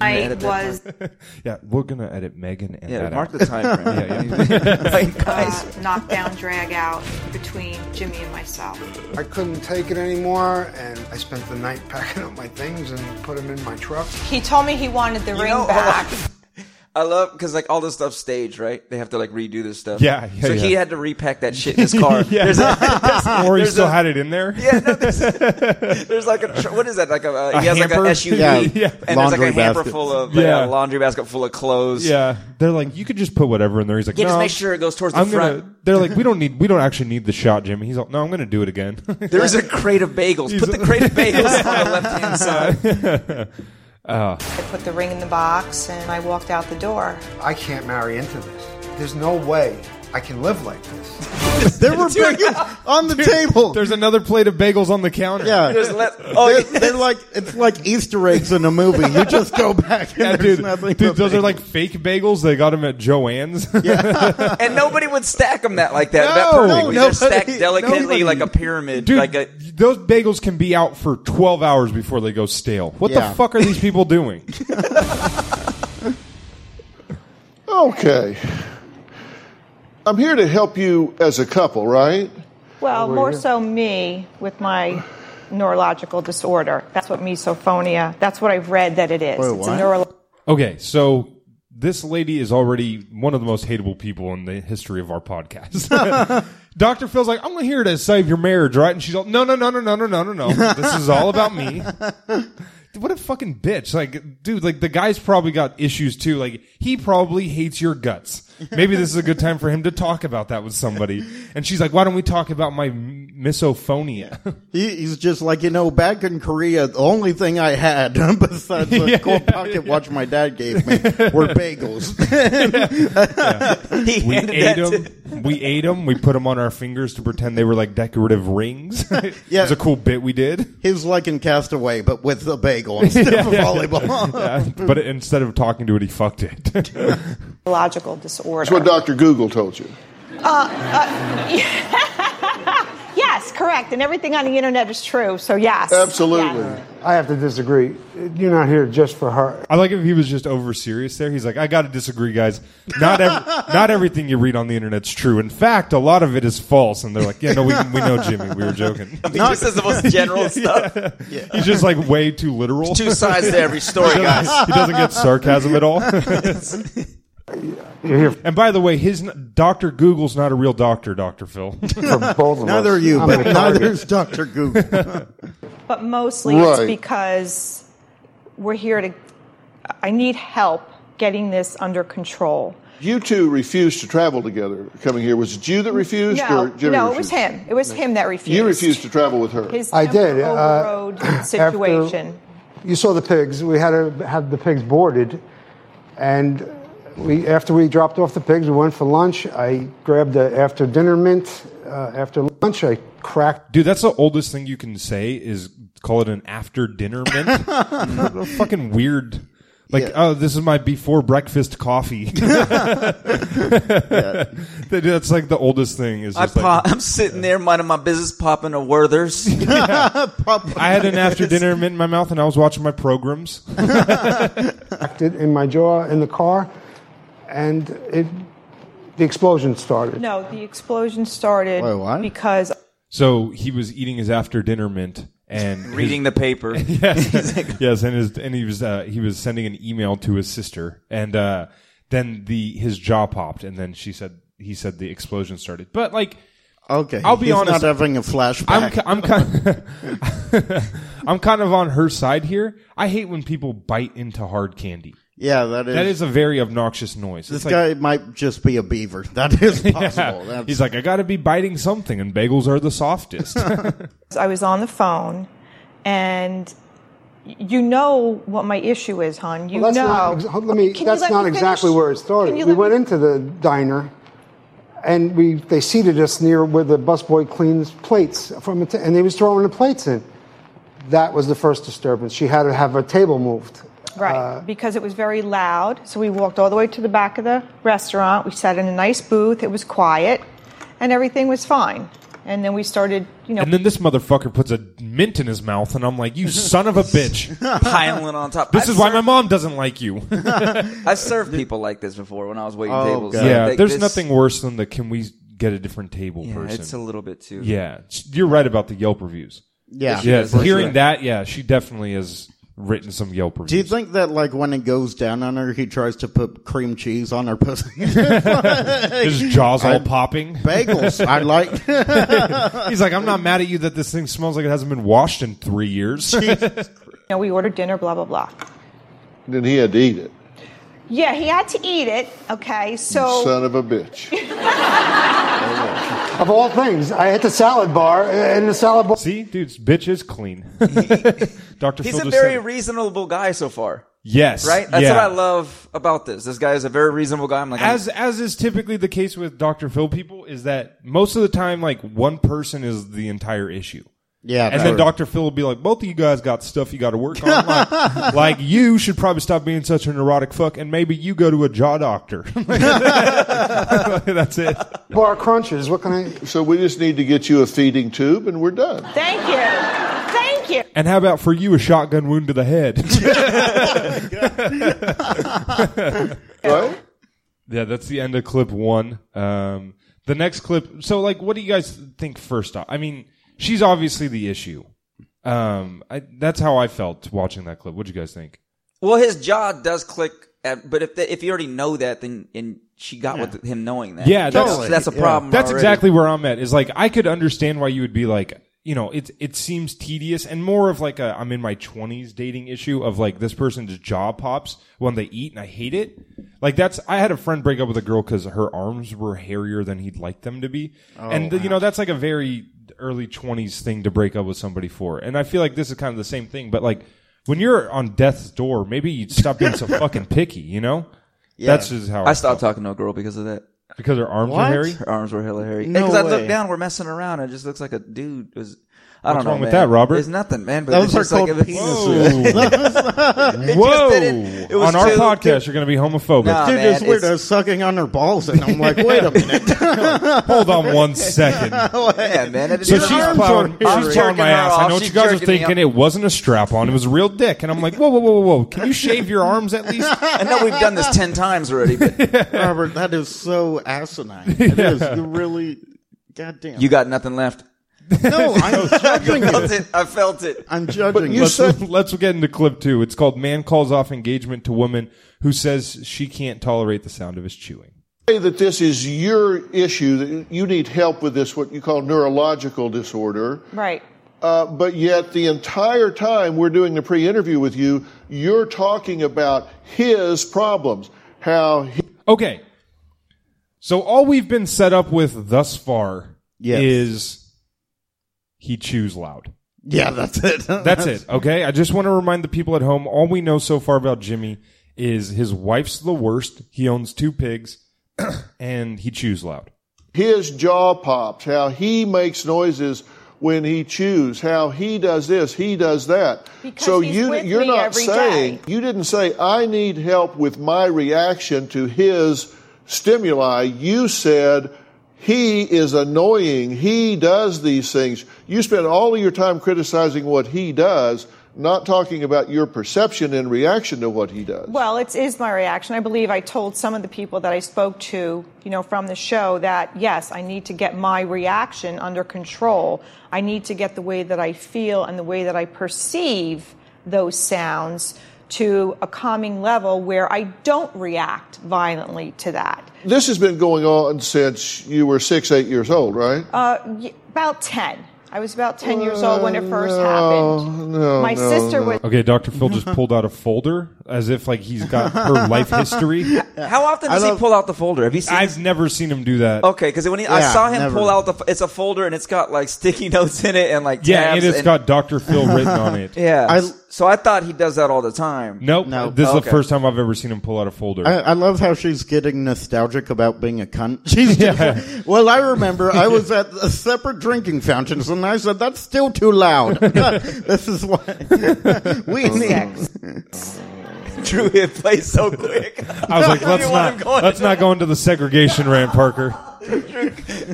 B: [laughs]
F: I was
B: yeah, we're gonna edit Megan and
E: Yeah,
B: that
E: mark
B: out.
E: the time frame. [laughs] Like, guys,
F: uh, knockdown, drag out between Jimmy and myself.
H: I couldn't take it anymore, and I spent the night [laughs] packing up my things and put them in my truck.
F: He told me he wanted the ring
E: know, [laughs] hold
F: back.
E: I love because like all this stuff's staged, right? They have to like redo this stuff.
B: Yeah, yeah,
E: so he
B: yeah.
E: had to repack that shit in his car.
B: [laughs] Yeah.
E: There's [laughs] a,
B: [laughs] or he
E: there's
B: still
E: a-
B: had it in there.
E: yeah, no, there's, there's like a tr- what is that? Like a uh, he has
B: hamper?
E: like an SUV,
D: Yeah,
B: yeah.
E: and there's like
D: Laundry
E: a hamper
D: basket.
E: full of like,
B: Yeah.
E: a laundry basket full of clothes.
B: Yeah, they're like, you could just put whatever in there. He's like,
E: Yeah,
B: no,
E: just make sure it goes towards the
B: I'm
E: front.
B: gonna. [laughs] They're like, we don't need, we don't actually need the shot, Jimmy. He's like, no, I'm gonna do it again. [laughs]
E: There is a crate of bagels. Put the crate of bagels on the left hand side.
F: I put the ring in the box and I walked out the door.
H: I can't marry into this. There's no way I can live like this.
D: There were bagels on the table.
B: There's another plate of bagels on the counter.
D: yeah.
E: There's le- oh,
D: they're,
E: yeah.
D: they're like it's like Easter eggs in a movie. You just go back. And
E: [laughs]
B: Yeah,
D: there's
B: dude,
D: nothing
B: dude
D: but
B: those are
D: bagels.
B: like fake bagels. They got them at Joann's.
E: and nobody would stack them that like that. that
B: No,
E: perfectly.
B: no,
E: They're stacked
B: nobody-
E: delicately
B: nobody.
E: like a
B: [laughs]
E: pyramid.
B: Dude,
E: like a
B: those bagels can be out for 12 hours before they go stale. What
D: Yeah.
B: the fuck are these people
E: [laughs]
B: doing?
C: Okay. I'm here to help you as a couple, right?
F: Well, more so me with my neurological disorder. That's what misophonia. That's what I've read that it is.
D: Wait,
F: it's a
D: what?
F: neurological
B: okay, so this lady is already one of the most hateable people in the history of our podcast. [laughs] Dr. Phil's like, I'm here to save your marriage, right? And she's like, no, no, no, no, no, no, no, no, no. This is all about me. Dude, What a fucking bitch. Like, dude, like the guy's probably got issues too. Like, he probably hates your guts. Maybe this is a good time for him to talk about that with somebody. And she's like, why don't we talk about my m- misophonia? [laughs]
D: He, he's just like, you know, back in Korea, the only thing I had [laughs] besides a cool pocket watch my dad gave me were bagels.
E: he
B: We
E: handed
B: ate
E: that to-
B: them. [laughs] We ate them. We put them on our fingers to pretend they were like decorative rings. [laughs] yeah, it's a cool bit we did. [laughs]
D: he was like in Castaway, but with a bagel instead of a volleyball.
B: [laughs] Yeah, but instead of talking to it, he fucked it. [laughs]
C: That's what
F: disorder.
C: Dr. Google told you.
F: yes, correct. And everything on the internet is true. So yes.
C: Absolutely.
F: Yes.
H: I have to disagree. You're not here just for her.
B: I like if he was just over serious there. He's like, I got to disagree, guys. Not
E: [laughs]
B: ev- not everything you read on the internet's true. In fact, a lot of it is false. And they're like, Yeah, no, we we know Jimmy. We were joking.
E: [laughs] He just says the
B: [laughs]
E: most general stuff.
B: He's just like way too literal. [laughs]
E: Two sides to every story, guys.
B: he doesn't get sarcasm at
E: [laughs]
B: all. [laughs]
H: You're [laughs] here
B: and by the way, his n- Doctor Google's not a real doctor, Doctor Phil. [laughs]
H: for both of us.
D: neither are you,
H: I'm
D: but
H: gonna
D: neither
H: target.
D: is Dr. Google.
B: [laughs]
F: But mostly
C: Right.
F: it's because we're here to. I need help getting this under control.
C: You two refused to travel together coming here. Was it you that refused
F: No,
C: or Jimmy
F: no, it was
C: refused?
F: him. It was him that refused.
C: You refused to travel with her.
F: His
H: I did.
F: temporal
H: uh,
F: road
H: after
F: situation.
H: you saw the pigs. We had to have the pigs boarded, and we after we dropped off the pigs, we went for lunch. I grabbed the after dinner mint. Uh, after lunch, I cracked
B: Dude, that's the oldest thing you can say is call it an after dinner mint. What a fucking weird. Like, oh, this is my before breakfast coffee. [laughs] That- That's like the oldest thing. Is
E: I
B: just like,
E: am sitting there minding my business, popping a Werther's.
B: [laughs] I had an after dinner mint in my mouth and I was watching my programs.
H: it in my jaw in the car, and it the explosion started.
F: No, the explosion started
D: Wait, what?
F: because
B: So he was eating his after dinner mint and his-
E: Reading the paper.
B: yes, [laughs] yes, and his and he was uh, he was sending an email to his sister, and uh, then the his jaw popped, and then she said he said the explosion started. But like,
D: Okay.
B: I'll be
D: he's
B: honest.
D: not having a flashback.
B: I'm ki- I'm kind [laughs] I'm kind of on her side here. I hate when people bite into hard candy.
D: yeah, that is.
B: That is a very obnoxious noise. It's
D: this
B: like- [laughs]
D: guy might just be a beaver. [laughs] That is possible. That's,
B: He's like, I got to be biting something, and bagels are the softest.
F: I was on the phone, and you know what my issue is, hon. You
H: Well, that's
F: know.
H: not, ex- hold- let me,
F: Can you
H: that's
F: let
H: not
F: me
H: exactly
F: finish?
H: where it started.
F: Can you
H: We
F: let
H: went
F: me-
H: into the diner and we they seated us near where the busboy cleans plates from, a ta- and he was throwing the plates in. That was the first disturbance. She had to have a table moved.
F: Right, because it was very loud. So we walked all the way to the back of the restaurant. We sat in a nice booth. It was quiet, and everything was fine. And then we started, you know,
B: and then this motherfucker puts a mint in his mouth, and I'm like, you son of a bitch.
E: piling on top.
B: This
E: I've
B: is why my
E: served-
B: mom doesn't like you.
E: I've served people like this before when I was waiting
D: Oh,
E: tables.
D: God.
E: So
B: Yeah,
E: they-
B: there's
E: this-
B: nothing worse than the can we get a different table
E: Yeah,
B: person.
E: it's a little bit too.
B: yeah, you're right about the Yelp reviews.
D: yeah.
B: Yeah,
E: does that.
B: hearing
E: Yeah.
B: that, yeah, she definitely has written some Yelp reviews.
D: Do you think that, like, when it goes down on her, he tries to put cream cheese on her pussy? [laughs]
B: His jaws all
D: I-
B: popping.
D: Bagels. I like. [laughs]
B: He's like, I'm not mad at you that this thing smells like it hasn't been washed in three years.
F: you know, we ordered dinner, blah blah blah.
C: Then he had to eat it.
F: Yeah, he had to eat it. Okay, so
C: Son of a
F: [laughs]
C: bitch.
H: Of all things, I hit the salad bar, and the salad bar.
B: [laughs] See, dude's bitch is
E: [laughs]
B: clean. Dr.
E: He's
B: Phil
E: a
B: just
E: very
B: said it.
E: reasonable guy so far,
B: yes,
E: right? That's
B: yeah.
E: what I love about this. This guy is a very reasonable guy. I'm like,
B: as as is typically the case with Dr. Phil people is that most of the time like one person is the entire issue.
D: Yeah.
B: And then
D: sure.
B: Dr. Phil will be like, both of you guys got stuff you got to work on.
E: [laughs]
B: Like, like, you should probably stop being such a neurotic fuck and maybe you go to a jaw
E: [laughs]
B: doctor. [laughs] That's it.
H: Bar crunches. What can I?
C: So we just need to get you a feeding tube and we're done.
F: thank you, thank you.
B: And how about for you, a shotgun wound to the head?
E: [laughs]
C: Right?
B: yeah, that's the end of clip one. Um, the next clip. So like, what do you guys think first off? I mean, she's obviously the issue. Um, I, that's how I felt watching that clip. What'd you guys think?
E: well, his jaw does click, at, but if the, if you already know that, then and she got with him knowing that.
B: Yeah,
E: that's,
B: Totally.
E: that's a problem.
B: That's
E: already.
B: exactly where I'm at. Is like I could understand why you would be like, you know, it it seems tedious and more of like a I'm in my 20s dating issue of like this person's jaw pops when they eat and I hate it. Like that's I had a friend break up with a girl because her arms were hairier than he'd like them to be,
E: Oh,
B: and you know that's like a very early 20s thing to break up with somebody for. And I feel like this is kind of the same thing, but like. When you're on death's door, maybe you stop being
E: [laughs]
B: so fucking picky, you know? That's just how
E: I stopped talking to a girl because of that.
B: because her arms are
D: What?
B: hairy.
E: Her arms were hella hairy.
D: No
E: Because I
D: way.
E: looked down, we're messing around. It just looks like a dude. It was, I don't know.
B: wrong with
E: man.
B: that, Robert?
E: It's nothing, man. But
D: Those
E: it's
D: are
E: just like,
D: called
E: it was-
D: penises.
B: [laughs]
E: [laughs]
B: Whoa!
E: didn't- it was
B: on our
E: too-
B: podcast, you're going to be homophobic.
E: Nah,
D: Dude,
E: man,
D: this weirdo
E: it's-
D: sucking on her balls, and I'm like,
B: [laughs]
D: wait a minute.
B: Hold on
E: [laughs]
B: one second.
E: Yeah, man. It
B: So
E: her
B: she's
E: arms
B: plowing,
E: were- I'm
B: she's plowing
E: jerking
B: my
E: her
B: ass. I
E: off.
B: know what you
E: She's
B: guys are
E: jerking me off. [laughs]
B: thinking. It wasn't a strap on. It was a real dick. And I'm like, whoa, whoa, whoa, whoa, whoa. Can you shave your arms at least?
E: [laughs] I know we've done this ten times
B: [laughs]
E: already, but
D: Robert, that is so asinine. It is. You really. Goddamn.
E: you got nothing left.
D: no, I'm judging
E: I felt
D: it.
E: it. I felt it.
D: I'm judging it.
B: let's, let's get into clip two. It's called Man Calls Off Engagement to Woman Who Says She Can't Tolerate the Sound of His Chewing.
C: Say that this is your issue, that you need help with this, what you call neurological disorder.
F: Right.
C: Uh, but yet, the entire time we're doing the pre interview with you, you're talking about his problems. How he
B: Okay. So all we've been set up with thus far
D: Yes.
B: is he chews loud.
D: Yeah, that's [laughs] it.
B: That's it. Okay. I just want to remind the people at home all we know so far about Jimmy is his wife's the worst. He owns two pigs [clears throat] and he chews loud.
C: his jaw pops, how he makes noises when he chews, how he does this, he does that.
F: Because
C: so
F: he's
C: you
F: with
C: you're
F: me
C: not
F: every
C: saying
F: day.
C: you didn't say I need help with my reaction to his stimuli. You said he is annoying. He does these things. You spend all of your time criticizing what he does, not talking about your perception and reaction to what he does.
F: Well, it is my reaction. I believe I told some of the people that I spoke to, you know, from the show that yes, I need to get my reaction under control. I need to get the way that I feel and the way that I perceive those sounds to a calming level where I don't react violently to that.
C: This has been going on since you were six, eight years old, right?
F: Y- About 10. I was about 10 years old when it first happened.
C: no, Oh,
F: my
C: no,
F: sister was
B: Okay, Dr. Phil just pulled out a folder as if like he's got her life
E: [laughs]
B: history.
E: How often does he
D: love-
E: pull out the folder? Have you seen?
B: I've never seen him do that.
E: okay, because when he, I
D: Yeah,
E: saw him
D: never.
E: pull out the, f- it's a folder and it's got like sticky [laughs] notes in it and like
B: Yeah, and
E: tabs
B: it's
E: and-
B: got Dr.
E: [laughs]
B: Phil written on it.
E: yeah.
D: I-
E: so I thought he does that all the time.
B: Nope.
D: No.
B: This is the
E: Okay.
B: first time I've ever seen him pull out a folder. [laughs]
E: [laughs]
D: I, I love how she's getting nostalgic about being a cunt. [laughs] She's just- well, I remember I was at a separate drinking fountains, and I said, "That's still too loud." [laughs] this is why [laughs] we need.
F: six.
E: Drew hit play so quick.
B: [laughs] I was like,
E: [laughs] I
B: let's
E: didn't want
B: not
E: him going
B: let's
E: to
B: not go into the segregation rant,
E: [laughs]
B: Parker.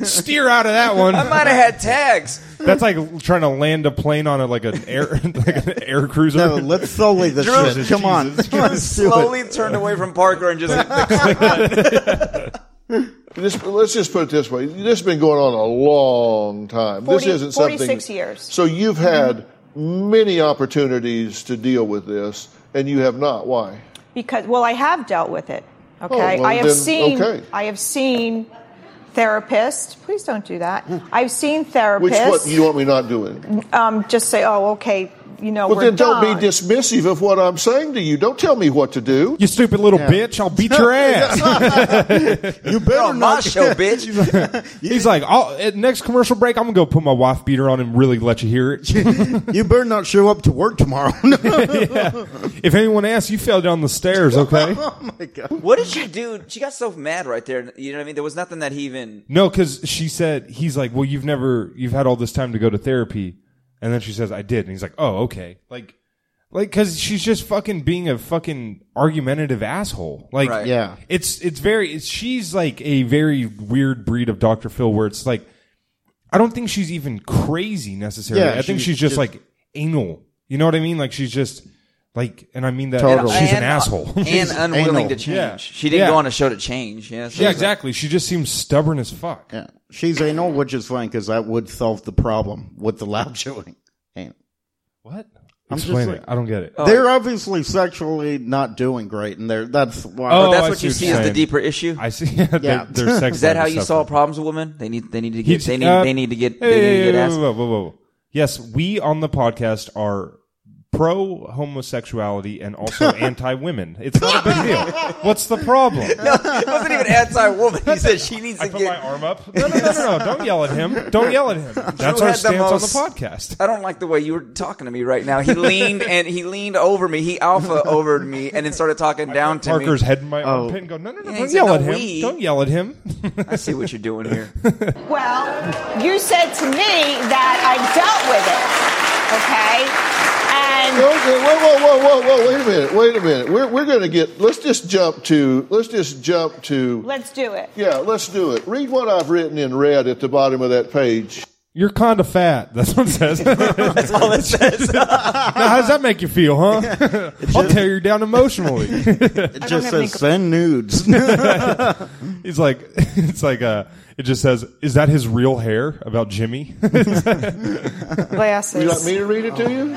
B: Steer out of that one.
E: I might have had tags.
B: [laughs] That's like trying to land a plane on a, like an air [laughs] like an air cruiser.
D: No, let's solely this
E: Drew-
D: shit. Come on, let's do it.
E: Slowly turned away from Parker
B: [laughs]
E: and just
C: This, let's just put it this way: this has been going on a long time.
F: 40
C: this isn't something.
F: 46 years. Mm-hmm.
C: So you've had many opportunities to deal with this, and you have not. Why?
F: because well i have dealt with it okay
C: Oh, well,
F: i have
C: then,
F: seen
C: okay.
F: i have seen therapists please don't do that i've seen therapists
C: Hmm. Which what you want me not doing?
F: um, just say oh okay you know
C: But
F: we're
C: then don't
F: done.
C: be dismissive of what I'm saying to you. Don't tell me what to do.
B: you stupid little bitch! I'll beat
C: [laughs]
B: your ass.
D: You better
E: on my
B: [laughs]
D: not.
E: show, bitch.
B: He's like, I'll, at next commercial break, I'm gonna go put my wife beater on and really let you hear it.
D: You better not show up to work tomorrow. [laughs] oh
B: if anyone asks, you fell down the stairs. Okay.
D: my god.
E: What did you do? She got so mad right there. You know what I mean? There was nothing that he even.
B: No, because she said he's like, well, you've never, you've had all this time to go to therapy, and then she says, I did, and he's like, oh, okay, like, like, because she's just fucking being a fucking argumentative asshole. Like,
E: Right.
D: Yeah.
B: it's it's very, it's, she's like a very weird breed of Dr. Phil, where it's like, I don't think she's even crazy necessarily.
D: Yeah,
B: I think she's
D: she's
B: just,
D: just-
B: like anal. You know what I mean? Like she's just like, and I mean that
D: Totally.
B: [laughs] she's an
E: And- uh,
B: asshole.
E: And unwilling
D: anal.
E: to change.
B: Yeah.
E: She didn't
B: Yeah.
E: go on a show to change. Yeah, so
B: yeah,
E: it's like-
B: exactly. She just seems stubborn as fuck.
D: Yeah, she's anal, which is fine because that would solve the problem with the loud chewing. And
B: What?
D: I'm just
B: Explain
D: like-
B: it. I don't get it.
D: they're obviously sexually not doing great, and they're that's why.
B: Oh,
E: That's
B: I
E: what
B: see
E: you
B: what
E: see
B: you're
E: as the
B: saying.
E: deeper issue.
B: I see. [laughs] yeah,
D: Yeah.
B: They're, they're sex.
E: Is that how you
B: [laughs]
E: solve
B: stuff.
E: problems with women? They need they need
B: He-
E: to get they need
B: uh,
E: they need to get
B: hey,
E: they need
B: hey,
E: to get
B: hey,
E: asked.
B: whoa, whoa, whoa, whoa. Yes, we on the podcast are pro homosexuality and
E: [laughs]
B: also anti women. It's not a big deal. What's the problem?
E: It [laughs] wasn't even anti-woman. He said she needs
B: [laughs] I
E: to
B: put my
E: get.
B: arm up. No, no, no, no, no! Don't yell at him. Don't yell at
E: [laughs]
B: him. That's
E: Drew
B: our
E: had the
B: stance on the
E: most-
B: podcast.
E: [laughs] I don't like the way you were talking to me right now. He leaned and he leaned over me. He alpha over me and then started talking down to
B: Parker's
E: me.
B: head in my armpit and go, no, no, no!
E: oh.
B: Don't
E: Yeah, he
B: yell
E: said, "No,
B: at him!
E: we."
B: Don't yell at him! [laughs]
E: I see what you're doing here.
F: well you said to me that i've dealt with it okay
C: Okay,
F: and
C: whoa, whoa, whoa, whoa, whoa! Wait a minute! Wait a minute! We're we're going to get. Let's just jump to. Let's just jump to.
F: let's do it
C: Yeah, let's do it. Read what I've written in red at the bottom of that page.
B: You're kind of fat. [laughs] That's what it
E: [laughs]
B: says. That's all [laughs] it says. now, how does that make you feel,
E: [laughs]
B: huh? [laughs] I'll tear you down emotionally.
D: it just
F: have any
D: says send nudes. [laughs]
B: He's like, [laughs] it's like, uh, it just says, is that his real hair about Jimmy? [laughs]
F: glasses
C: You like me to read it to you?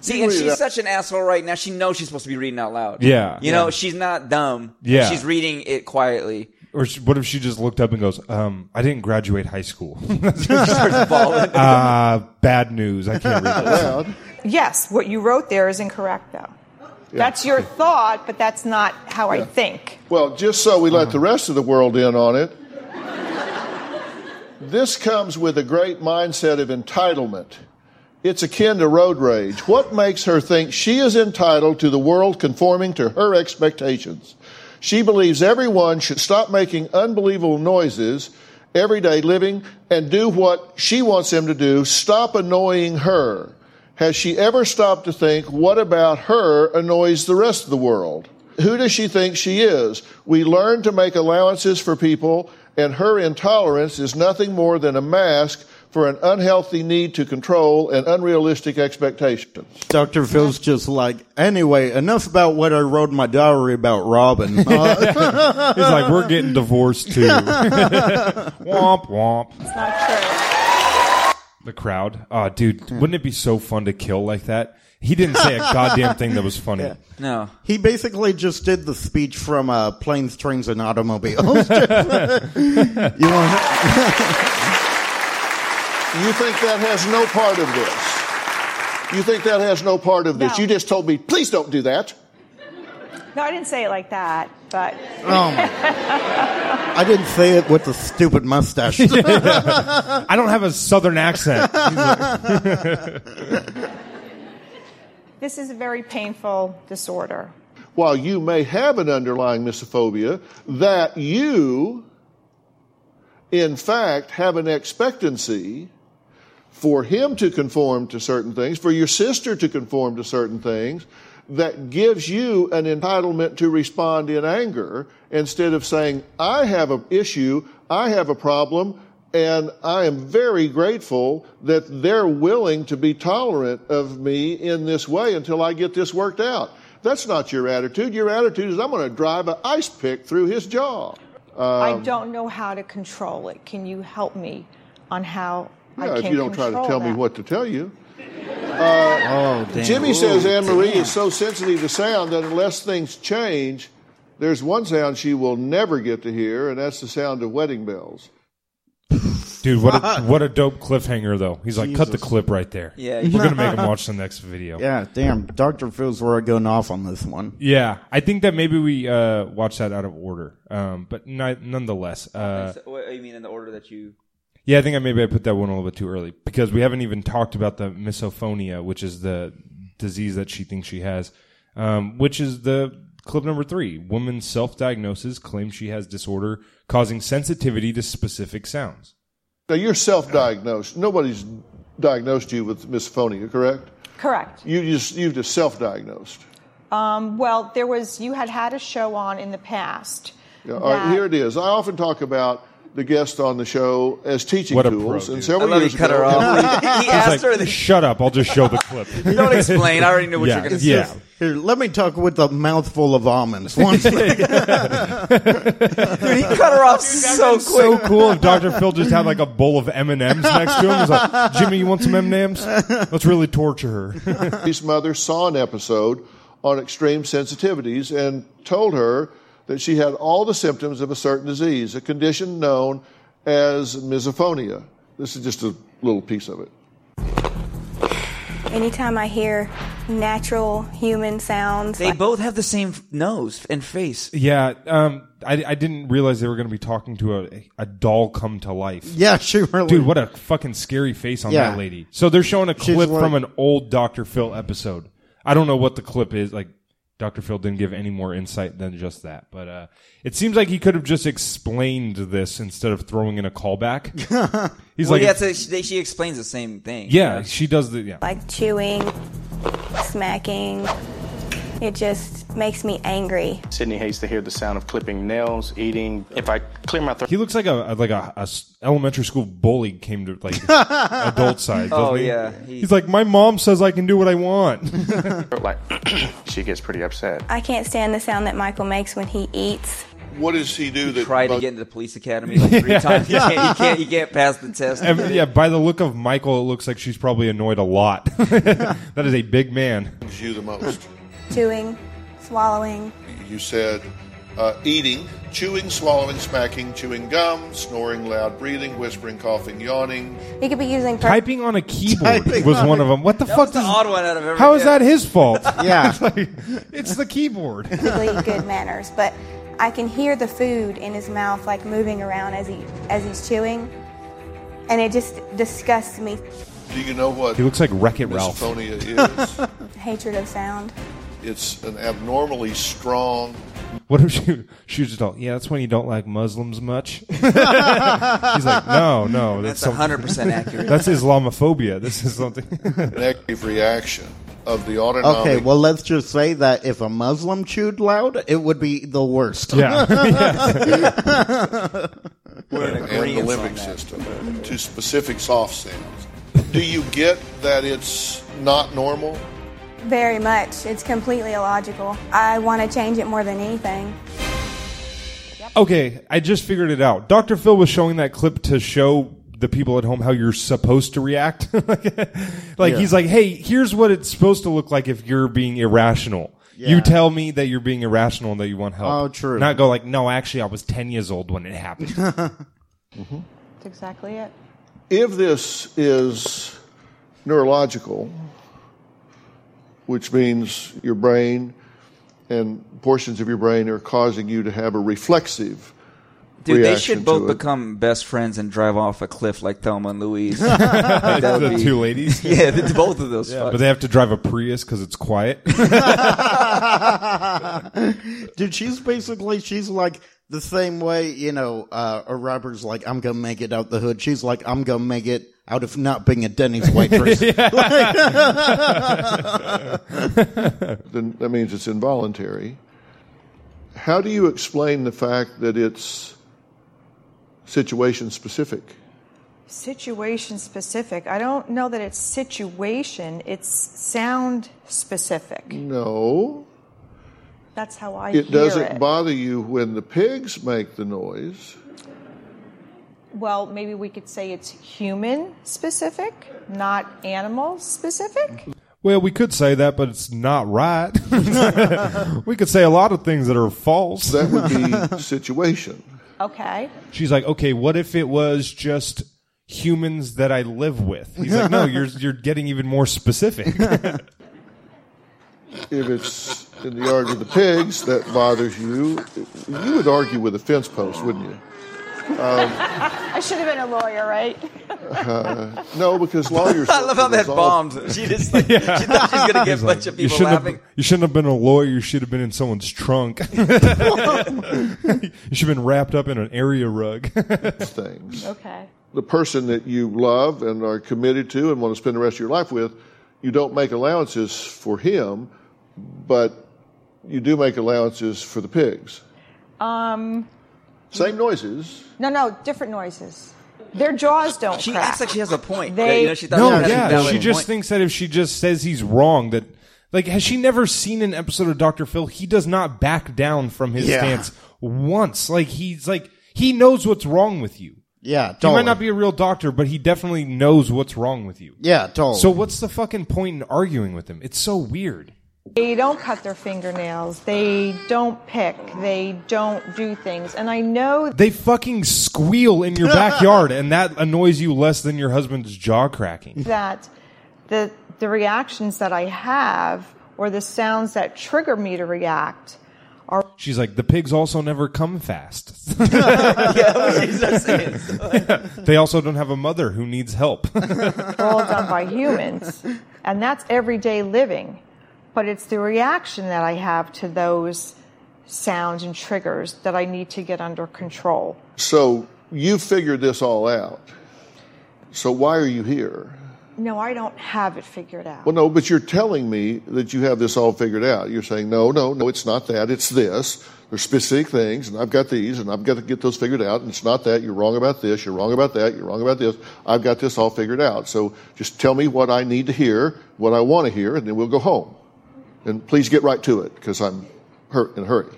E: See, and
C: read it
E: she's
C: out.
E: such an asshole right now. She knows she's supposed to be reading out loud.
B: Yeah.
E: You know, she's not dumb.
B: Yeah.
E: She's reading it quietly.
B: or she, what if she just looked up and goes, um, I didn't graduate high school. [laughs]
E: She starts bawling.
B: uh, bad news. I can't read this.
C: Loud.
F: Yes, what you wrote there is incorrect, though. That's your thought, but that's not how I think.
C: Well, just so we let the rest of the world in on it, this comes with a great mindset of entitlement. It's akin to road rage. What makes her think she is entitled to the world conforming to her expectations? She believes everyone should stop making unbelievable noises everyday living and do what she wants them to do. Stop annoying her. Has she ever stopped to think what about her annoys the rest of the world? Who does she think she is? We learn to make allowances for people, and her intolerance is nothing more than a mask for an unhealthy need to control and unrealistic expectations.
D: Dr. Phil's just like, anyway, enough about what I wrote in my diary about
B: [laughs]
D: Robin.
B: Uh, He's like, we're getting divorced
E: [laughs]
B: too. womp womp.
F: It's not true.
B: The crowd. Oh, dude, wouldn't it be so fun to kill like that? He didn't say a goddamn thing that was funny.
E: No.
D: he basically just did the speech from uh, Planes, Trains, and Automobiles. [laughs] you want
C: You think that has no part of this? You think that has no part of this?
F: No.
C: You just told me, please don't do that.
F: No, I didn't say it like that, but
D: I didn't say it with the
B: [laughs]
D: stupid mustache.
B: I don't have a southern accent.
F: this is a very painful disorder.
C: While you may have an underlying misophobia, that you, in fact, have an expectancy for him to conform to certain things, for your sister to conform to certain things, that gives you an entitlement to respond in anger instead of saying, I have an issue, I have a problem, and I am very grateful that they're willing to be tolerant of me in this way until I get this worked out. That's not your attitude. Your attitude is, I'm going to drive an ice pick through his jaw. Um,
F: I don't know how to control it. Can you help me on how I
C: Yeah,
F: can
C: if you don't try to
F: control
C: tell me
F: that?
C: what to tell you.
E: Oh, damn.
C: Uh, Jimmy says Anne Marie is so sensitive to sound that unless things change, there's one sound she will never get to hear, and that's the sound of wedding bells.
B: Dude, what a, what a dope cliffhanger, though. He's like, cut the clip right there.
E: Yeah.
B: We're going to make him watch the next video.
D: yeah, damn. Dr. Phil's were going off on this one.
B: Yeah, I think that maybe we uh, watch that out of order, um, but ni- nonetheless, uh,
E: So, what, you mean in the order that you?
B: yeah, I think I maybe I put that one a little bit too early because we haven't even talked about the misophonia, which is the disease that she thinks she has, um, which is the clip number three. Woman self-diagnoses claims she has disorder causing sensitivity to specific sounds.
C: Now, you're self diagnosed. Nobody's diagnosed you with misophonia, correct?
F: Correct.
C: You just, you've just self diagnosed.
F: Um, well, there was you had had a show on in the past.
C: All right,
F: that-
C: here it is. I often talk about the guests on the show as teaching
B: What a pro,
C: tools, and
B: dude.
E: I
C: several
E: love you
C: years
E: cut
C: ago,
E: her off.
B: [laughs]
E: he
B: It's
E: asked her.
B: like,
E: That,
B: shut up! I'll just show the clip.
E: [laughs] don't explain. I already knew what
B: yeah,
E: you're going to say.
B: yeah.
D: Here, let me talk with a mouthful of
B: [laughs]
D: almonds. Once
E: Dude, he cut her off so quick.
B: so cool if Dr. Phil just had like a bowl of M and M's next to him. He's like, Jimmy, you want some M and M's? Let's really torture her.
C: His mother saw an episode on extreme sensitivities and told her that she had all the symptoms of a certain disease, a condition known as misophonia. This is just a little piece of it.
I: Anytime I hear natural human sounds,
E: They both have the same f- nose and face.
B: yeah, um, I, I didn't realize they were going to be talking to a, a doll come to life.
D: [laughs] yeah, she really.
B: Dude, what a fucking scary face on
D: Yeah.
B: that lady. So they're showing a clip
D: like-
B: from an old Dr. Phil episode. I don't know what the clip is. Like, Dr. Phil didn't give any more insight than just that. But uh, it seems like he could have just explained this instead of throwing in a
E: [laughs]
B: callback. He's
E: Well,
B: like,
E: yeah, so she, she explains the same thing.
B: yeah, she does the, yeah.
I: like chewing, smacking, it just makes me angry.
J: Sydney hates to hear the sound of clipping nails, eating. If I clear my throat,
B: He looks like a a- like a, a s- elementary school bully came to
E: [laughs]
B: like adult side. doesn't
E: Oh,
B: he?
E: yeah. He-
B: He's like, my mom says I can do what I
E: [laughs]
B: want.
J: like she gets pretty upset.
I: I can't stand the sound that Michael makes when he eats.
C: What does he do that
E: Tried to get into the police academy like
B: [laughs]
E: three times. He can't, he can't. He can't pass the test.
B: And, yeah, by the look of Michael, it looks like she's probably annoyed a lot. [laughs] that is a big man.
C: bugs you the most?
I: Chewing, swallowing,
C: You said uh, eating, chewing, swallowing, smacking, chewing gum, snoring, loud breathing, whispering, coughing, yawning.
I: you could be using per-
B: Typing on a keyboard
D: Typing
B: was
D: on
B: one
D: a-
B: of them. What the fuck
E: was the
B: does-
E: odd one out of every-
B: How is
E: [laughs] yeah.
B: that his fault?
D: Yeah.
B: it's, [laughs] like, it's the
D: [laughs]
B: keyboard.
I: perfectly good manners, but I can hear the food in his mouth like moving around as he as he's chewing, and it just disgusts me.
C: Do you know what
B: He looks like Wreck It Ralph.
C: misophonia
B: [laughs]
C: is?
I: Hatred of sound.
C: it's an abnormally strong
B: What if she she was just all? Yeah, that's when you don't like Muslims
D: [laughs]
B: much. He's like, no, no, that's
E: That's
B: something-
E: hundred percent accurate.
B: That's Islamophobia. This is something.
C: negative reaction of the autonomic.
D: Okay, well, let's just say that if a Muslim chewed loud, it would be the worst.
B: Yeah.
E: We're in
C: and in the
E: ingredients on
C: living
E: that.
C: system to specific soft sounds. Do you get that it's not normal?
I: Very much. It's completely illogical. I want to change it more than anything.
B: Okay, I just figured it out. Dr. Phil was showing that clip to show the people at home how you're supposed to react. [laughs] like
K: Yeah.
B: he's like, "Hey, here's what it's supposed to look like if you're being irrational. You
K: Yeah.
B: tell me that you're being irrational and that you want help.
D: Oh, true.
B: Not go like, "No, actually I was 10 years old when it happened."
F: That's exactly it.
C: If this is neurological, which means your brain and portions of your brain are causing you to have a reflexive
E: Dude, they
C: reaction
E: should both
C: to it.
E: become best friends and drive off a cliff like Thelma
B: [laughs]
E: and Louise. That would
B: The
E: be-
B: two ladies?
E: [laughs] Yeah, the, both of those.
B: But they have to drive a Prius cuz it's quiet. [laughs]
D: [laughs] Dude, she's basically she's like the same way, you know, uh a robber's like, I'm gonna make it out the hood. She's like, I'm gonna make it out of not being a
B: [laughs]
D: Denny's waitress.
C: then that means it's involuntary. How do you explain the fact that it's situation specific?
F: Situation specific. I don't know that it's situation, it's sound specific.
C: No,
F: That's how I
C: it
F: hear
C: doesn't
F: it.
C: bother you when the pigs make the noise.
F: well, maybe we could say it's human specific, not animal specific.
C: Mm-hmm.
B: well, we could say that, but it's not right. [laughs] we could say a lot of things that are false.
C: That would
F: [laughs]
C: be situation.
F: Okay.
B: She's like, okay, what if it was just humans that I live with? He's like, no, you're you're getting even more specific.
C: If it's in the yard with the pigs, that bothers you. You would argue with a fence post, wouldn't you? Um,
F: I should have been a lawyer, right?
C: uh, no, because
E: [laughs]
C: lawyers.
E: I love how that bombed. She just like, she thought she was gonna get a
B: He's like,
E: bunch of
B: you
E: people
B: shouldn't
E: laughing.
B: Have, you shouldn't have been a lawyer. You should have been in someone's trunk. [laughs] you should have been wrapped up in an area rug.
C: things.
F: Okay.
C: the person that you love and are committed to and want to spend the rest of your life with, you don't make allowances for him, but you do make allowances for the pigs.
F: Um,
C: Same noises.
F: no, no, different noises. Their jaws don't
E: She
F: crack.
E: acts like she has a point.
F: They-
E: That, you know, she thought
B: no,
E: she had a
B: yeah,
E: valid
B: she just
E: point.
B: thinks that if she just says he's wrong, that like has she never seen an episode of Doctor Phil? He does not back down from his
D: Yeah.
B: stance once. Like he's like he knows what's wrong with you.
D: yeah,
B: He
D: totally.
B: might not be a real doctor, but he definitely knows what's wrong with you.
D: yeah, totally.
B: So what's the fucking point in arguing with him? It's so weird.
F: They don't cut their fingernails. They don't pick. They don't do things. And I know
B: They fucking squeal in
E: [laughs]
B: your backyard, and that annoys you less than your husband's jaw cracking.
F: that the the reactions that I have or the sounds that trigger me to react are
B: She's like, the pigs also never come fast. [laughs]
E: [laughs] yeah, she's not saying.
B: They also don't have a mother who needs help. [laughs]
F: all
E: [laughs]
F: done by humans. And that's everyday living. But it's the reaction that I have to those sounds and triggers that I need to get under control.
C: So you figured this all out. So why are you here?
F: No, I don't have it figured out.
C: Well, no, but you're telling me that you have this all figured out. You're saying, no, no, no, it's not that. It's this. There's specific things, and I've got these, and I've got to get those figured out. And it's not that. You're wrong about this. You're wrong about that. You're wrong about this. I've got this all figured out. So just tell me what I need to hear, what I want to hear, and then we'll go home. And please get right to it because I'm hurt in a hurry.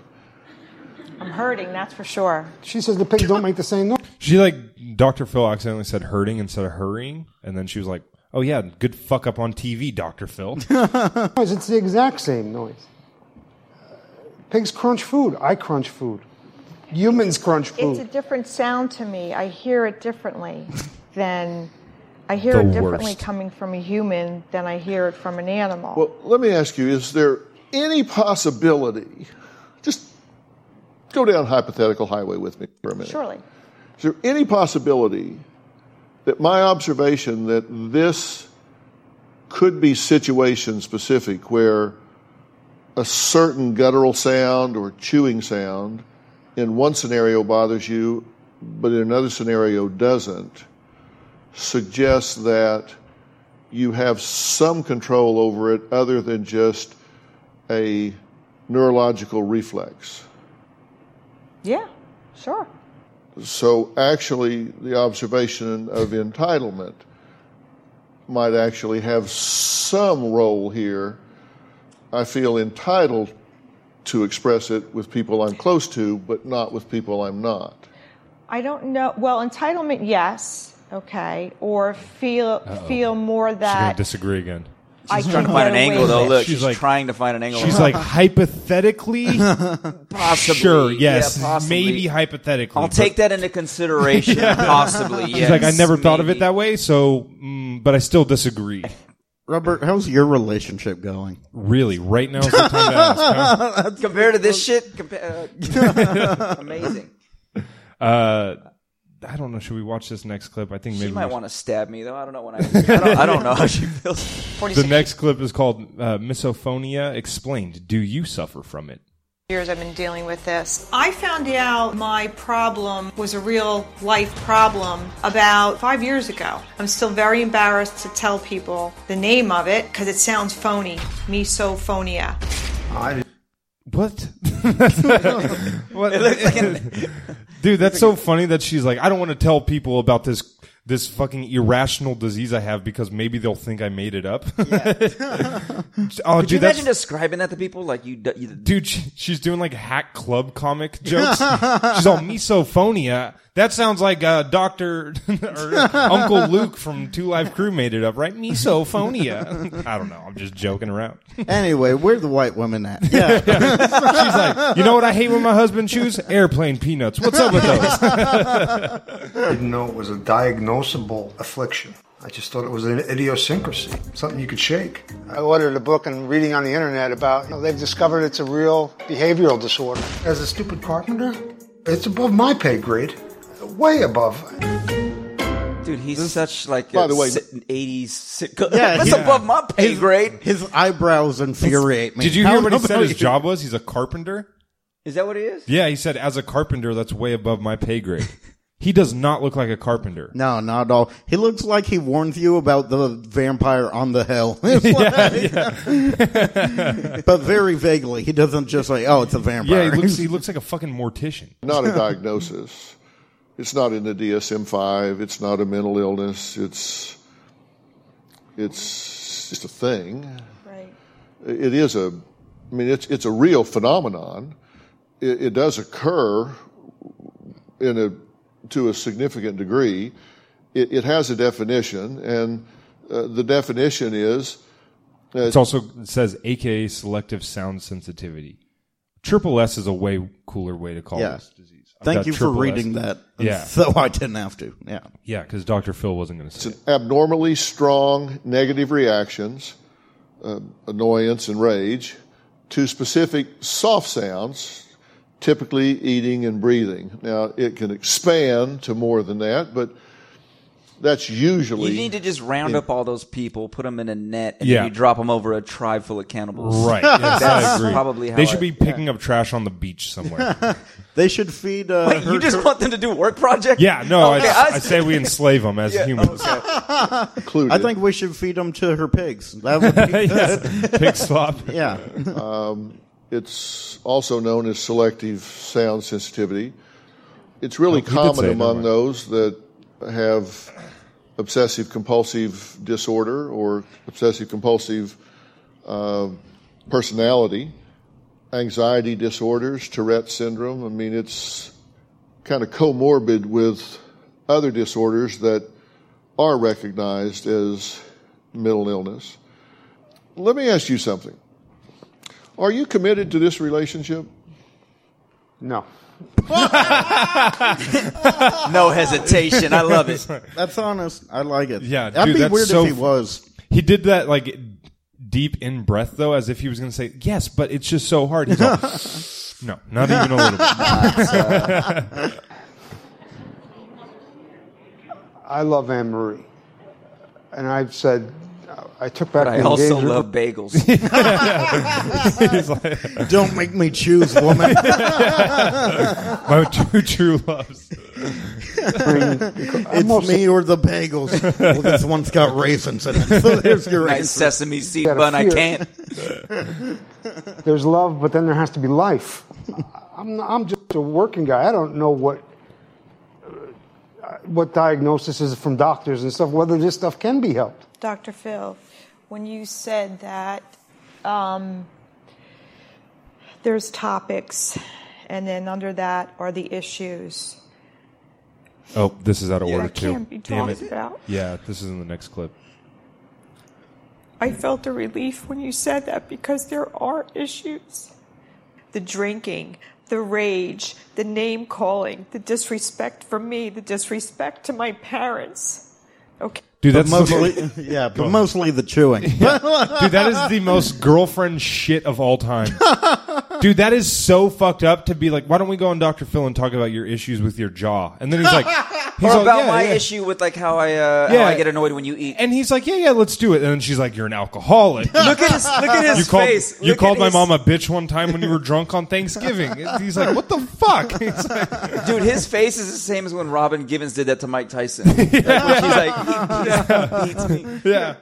F: I'm hurting, that's for sure.
H: She says the pigs don't make the same noise.
B: she like Dr. Phil accidentally said hurting instead of hurrying, and then she was like, "Oh yeah, good fuck up on TV, Dr. Phil."
H: It's the exact same noise. Uh, Pigs crunch food. I crunch food. Humans crunch
F: It's
H: food.
F: a different sound to me. I hear
B: [laughs]
F: it differently than I hear
B: The
F: it differently
B: worst.
F: coming from a human than I hear it from an animal.
C: Well, let me ask you is there any possibility? Just go down hypothetical highway with me for a minute.
F: Surely.
C: Is there any possibility that my observation that this could be situation specific where a certain guttural sound or chewing sound in one scenario bothers you, but in another scenario doesn't, suggests that you have some control over it other than just a neurological reflex?
F: Yeah, sure.
C: So actually, the observation of entitlement might actually have some role here. I feel entitled to express it with people I'm close to, but not with people I'm not.
F: I don't know. Well, entitlement, yes, okay, or feel
B: Uh-oh.
F: feel more
B: She's gonna
F: that
B: disagree again.
F: I
E: She's trying to
F: can
E: find
F: get
E: an angle,
F: away
E: though.
F: with
E: Look,
F: it.
E: she's, trying to find an angle.
B: She's
E: [laughs]
B: like hypothetically,
E: Possibly.
B: sure,
E: Yeah,
B: yes,
E: possibly.
B: maybe hypothetically.
E: I'll take that
B: [laughs]
E: into consideration, possibly.
B: She's
E: Yes.
B: like, I never thought of it that way, so, mm, but I still disagree.
D: Robert, how's your relationship going?
B: Really, right now is the time to ask. huh?
E: Compared to this shit, compa- uh, amazing.
B: Uh, I don't know. Should we watch this next clip? I think maybe
E: She
B: we
E: might
B: should.
E: want to stab me though. I don't know
B: [laughs]
E: when I. I don't, I don't know how she feels.
B: The next clip is called uh, Misophonia Explained. Do you suffer from it?
F: years I've been dealing with this. I found out my problem was a real life problem about five years ago. I'm still very embarrassed to tell people the name of it because it sounds phony. Misophonia.
B: What? what? [laughs] Dude, that's so funny that she's like, I don't want to tell people about this this fucking irrational disease I have because maybe they'll think I made it up. [laughs] oh,
E: Could you
B: dude,
E: imagine
B: that's,
E: describing that to people? Like you, d- you
B: dude, she- she's doing like hack club comic jokes. she's all misophonia. That sounds like uh, Doctor [laughs] or Uncle Luke from Two Live Crew made it up, right? Misophonia. [laughs] I don't know. I'm just joking around.
D: Anyway, where the white
B: [laughs]
D: women at? Yeah.
B: She's like, you know what I hate when my husband chews? Airplane peanuts. What's up with those?
G: I didn't know it was a diagnosable affliction. I just thought it was an idiosyncrasy, something you could shake.
H: I ordered a book and reading on the internet about you know, they've discovered it's a real behavioral disorder.
G: As a stupid carpenter, it's above my pay grade, way above.
E: dude, he's such like
C: By
E: a
C: the way-
E: si- [laughs] '80s sitcom.
D: Yeah,
E: that's
D: yeah.
E: above my pay grade.
D: His eyebrows infuriate me.
B: Did you
D: How
B: hear what he
D: about
B: said his
D: you?
B: job was? He's a carpenter?
E: Is that what it is?
B: Yeah, he said, as a carpenter, that's way above my pay grade. He does not look like a carpenter.
D: No, not at all. He looks like he warned you about the vampire on
B: [laughs]
D: the hill. [laughs] It's like- [laughs] but very vaguely. He doesn't just say, oh, it's a vampire.
B: Yeah,
D: [laughs]
B: he looks, he looks like a fucking mortician.
C: Not a diagnosis. It's not in the DSM five. It's not a mental illness. It's it's just a thing.
F: Right.
C: it is a, I mean, it's, it's a real phenomenon. It, it does occur in a, to a significant degree. It, it has a definition, and uh, the definition is
B: It's also, it says, AKA selective sound sensitivity. Triple S is a way cooler way to call
D: Yeah.
B: this disease. I've
D: Thank
B: got
D: you for
B: triple S.
D: reading that.
B: Yeah.
D: [laughs] So I didn't have to. Yeah.
B: Yeah, because Dr. Phil wasn't going to
D: [laughs]
B: say it.
C: abnormally strong negative reactions, uh, annoyance and rage, to specific soft sounds, typically eating and breathing. Now, it can expand to more than that, but that's usually.
E: You need to just round up all those people, put them in a net, and
B: Yeah.
E: then you drop them over a tribe full of cannibals.
B: Right. Yes, I
E: That's
B: agree.
E: probably how
B: they should
E: I-
B: be picking up trash on the beach
D: [laughs]
B: somewhere.
D: They should feed. Uh,
E: Wait, [laughs] you
D: her-
E: just want them to do work projects?
B: Yeah, no,
E: Okay,
B: I,
E: I-
B: I say we enslave them as humans. [laughs]
C: included.
D: I think we should feed them to her pigs. That would
B: [laughs]
D: be
B: Yes. Pig slop.
D: yeah.
C: It's also known as selective sound sensitivity. It's really
B: Oh, you did
C: common
B: say it,
C: among
B: never mind.
C: those that have obsessive compulsive disorder or obsessive compulsive uh, personality, anxiety disorders, Tourette syndrome. I mean, it's kind of comorbid with other disorders that are recognized as mental illness. Let me ask you something. Are you committed to this relationship?
H: No.
E: [laughs] No hesitation. I
B: [laughs]
E: love it.
D: That's honest. I like it.
B: Yeah,
D: That'd
B: dude,
D: be
B: that's
D: weird
B: so
D: if he
B: f-
D: was.
B: He did that like deep in breath though, as if he was going to say yes, but it's just so hard. He's all, [laughs] no, not even a little bit.
H: I love Anne Marie. And I've said, uh, I took back
E: I
H: the
E: also
H: engagement.
B: [laughs]
E: love bagels.
B: He's like,
D: Don't make me choose,
B: [laughs] [laughs]
D: woman.
B: my two true loves.
E: [laughs]
D: it's me or the bagels. well, this one's got raisins in it. [laughs] So there's your
E: nice
D: answer.
E: sesame seed
H: Got a
E: bun. I
H: fear.
E: can't.
H: There's love, but then there has to be life. I'm, I'm just a working guy. I don't know what uh, what diagnosis is from doctors and stuff, whether this stuff can be helped.
F: Dr. Phil, when you said that um, there's topics, and then under that are the issues.
B: Oh, this is out of
F: Yeah,
B: order
F: that
B: too.
F: can't be
B: Damn
F: talked
B: it.
F: about.
B: Yeah, this is in the next clip.
F: I felt a relief when you said that because there are issues. The drinking, the rage, the name calling, the disrespect for me, the disrespect to my parents. Okay.
B: Dude,
D: But
B: that's
D: mostly, [laughs]
B: the most,
D: yeah, but mostly the chewing.
B: [laughs] dude, that is the
E: [laughs]
B: most girlfriend shit of all time. Dude, that is so fucked up to be like, why don't we go on Dr. Phil and talk about your issues with your jaw? And then he's
E: [laughs]
B: like, he's
E: or
B: all,
E: about
B: "Yeah,
E: my
B: yeah."
E: issue with like how I uh,
B: Yeah.
E: how I get annoyed when you eat.
B: And he's like, yeah, yeah, let's do it. And then she's like, you're an alcoholic.
E: [laughs] look at his look at
B: you
E: his
B: called,
E: face.
B: You
E: Look
B: called
E: at
B: my
E: his- [laughs]
B: mom a bitch one time when you were drunk on Thanksgiving. And He's like, what the
E: [laughs]
B: fuck? He's like,
E: Dude, his face is the same as when Robin Givens did that to Mike Tyson. Like, when she's like, he, [laughs] he beats me.
B: yeah.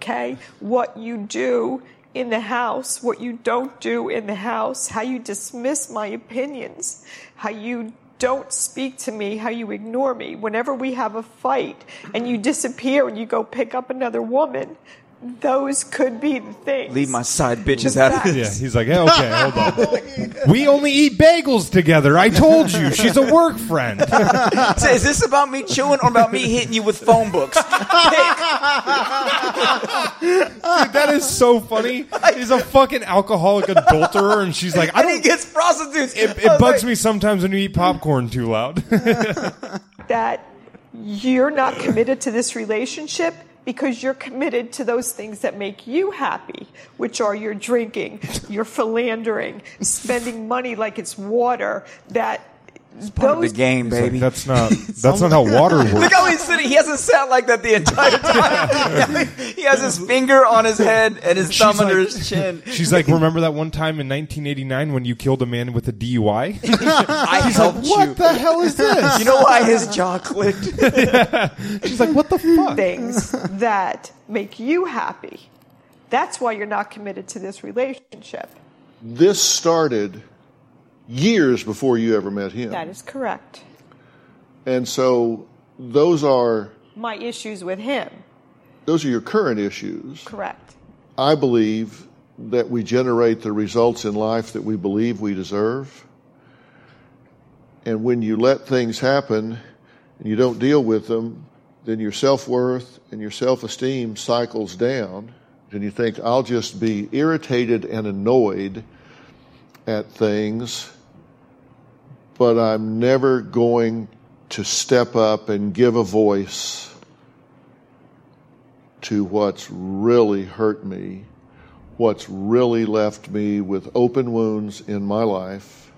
F: okay? What you do in the house, what you don't do in the house, how you dismiss my opinions, how you don't speak to me, how you ignore me. Whenever we have a fight and you disappear and you go pick up another woman, those could be the things.
E: Leave my side bitches out of
B: Yeah,
E: this.
B: he's like, yeah, okay, hold
E: [laughs]
B: on. We only eat bagels together. I told you. She's a work friend. [laughs]
E: So is this about me chewing or about me hitting you with phone [laughs] books?
B: That is so funny. He's a fucking alcoholic adulterer, and she's like, I
E: and he
B: don't.
E: gets prostitutes.
B: It, it bugs me sometimes when you eat popcorn too loud. [laughs]
F: that you're not committed to this relationship because you're committed to those things that make you happy, which are your
E: [laughs]
F: drinking, your philandering, spending money like it's water. That
E: Part of the
F: those
E: game, baby.
B: that's
E: [laughs]
B: not. That's not how water
E: Look
B: works.
E: how he's sitting. He hasn't sat like that the [laughs] entire time. [laughs] he has his finger on his head and his thumb
B: She's
E: under
B: like-
E: his chin.
B: She's like, remember that one time in 1989 when you killed a man with a DUI?
E: [laughs] I helped you.
B: what the hell is this?
E: You know why his jaw clicked?
B: She's like,
E: [laughs]
B: what the fuck?
F: things that make you happy. That's why you're not committed to this relationship.
C: This started years before you ever met him.
F: That is correct.
C: And so those are
F: My issues with him,
C: those are your current issues.
F: correct.
C: I believe that we generate the results in life that we believe we deserve. And when you let things happen and you don't deal with them, then your self worth and your self esteem cycles down. And you think, I'll just be irritated and annoyed at things, but I'm never going to step up and give a voice to what's really hurt me, what's really left me with open wounds in my life,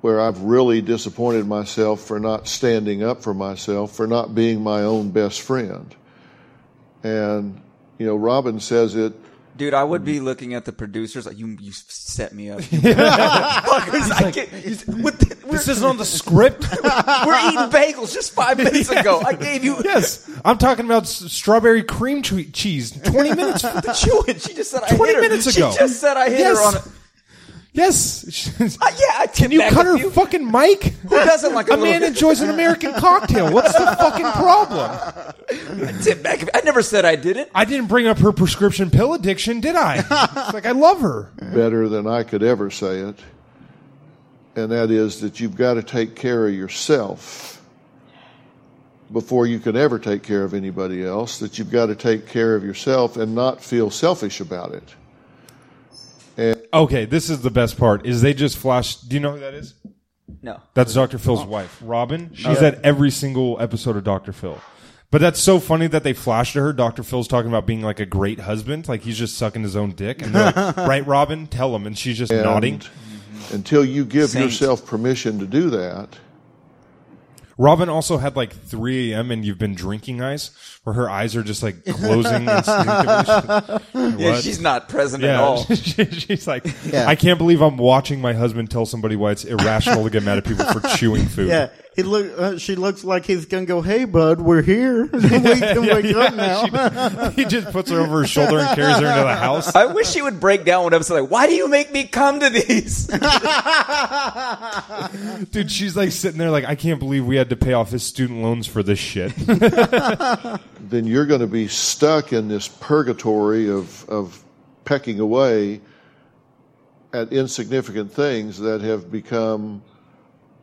C: where I've really disappointed myself for not standing up for myself, for not being my own best friend. And, you know, Robin says it.
E: Dude, I would
B: Mm-hmm.
E: be looking at the producers like you. You set me
B: [laughs]
E: up. Fuckers, I can't, he's- what the-
B: This isn't on the
E: [laughs]
B: script.
E: we're,
B: [laughs]
E: we're eating bagels just five minutes ago. I gave you
B: yes, I'm talking about s- strawberry cream che- cheese. 20 minutes.
E: the chewing. [laughs] She just said I
B: 20
E: hit her.
B: minutes ago.
E: She just said I hit
B: Yes.
E: her on. A,
B: Yes. She's-
E: Uh, yeah, I
B: Can you cut her fucking mic?
E: Who doesn't like a,
B: A
E: little
B: man enjoys an American cocktail. What's the fucking problem?
E: tip back? I never said I did it.
B: I didn't bring up her prescription pill addiction, did I? It's like I love her.
C: better than I could ever say it, and that is that you've got to take care of yourself before you can ever take care of anybody else, that you've got to take care of yourself and not feel selfish about it.
B: Okay, this is the best part. Is they just flash? Do you know who that is?
E: No.
B: That's Dr. Phil's wife, Robin. She's at every single episode of Dr. Phil. But that's so funny that they flash to her. Dr. Phil's talking about being like a great husband, like he's just sucking his own dick. And they're [laughs] like, right, Robin, tell him. And she's just nodding.
C: Until you give
E: Saint.
C: yourself permission to do that,
B: Robin also had like 3 a.m. and you've been drinking eyes, where her eyes are just like closing. instinctively.
E: [laughs] Yeah,
B: What?
E: she's not present at
B: Yeah, [laughs]
E: all.
B: she, she's like,
D: Yeah. [laughs]
B: I can't believe I'm watching my husband tell somebody why it's irrational to get mad at people for chewing food.
D: yeah, He look, uh, she looks like he's gonna go. Hey, bud, we're here. [laughs]
B: [laughs]
D: we can wake up
B: [laughs]
D: now.
B: he just puts her over his shoulder and carries her into the house.
E: I wish you would break down one episode like, why do you make me come to
B: [laughs]
E: these?
B: Dude, she's like sitting there like, I can't believe we had to pay off his student loans for this shit. [laughs]
C: then you're going to be stuck in this purgatory of, of pecking away at insignificant things that have become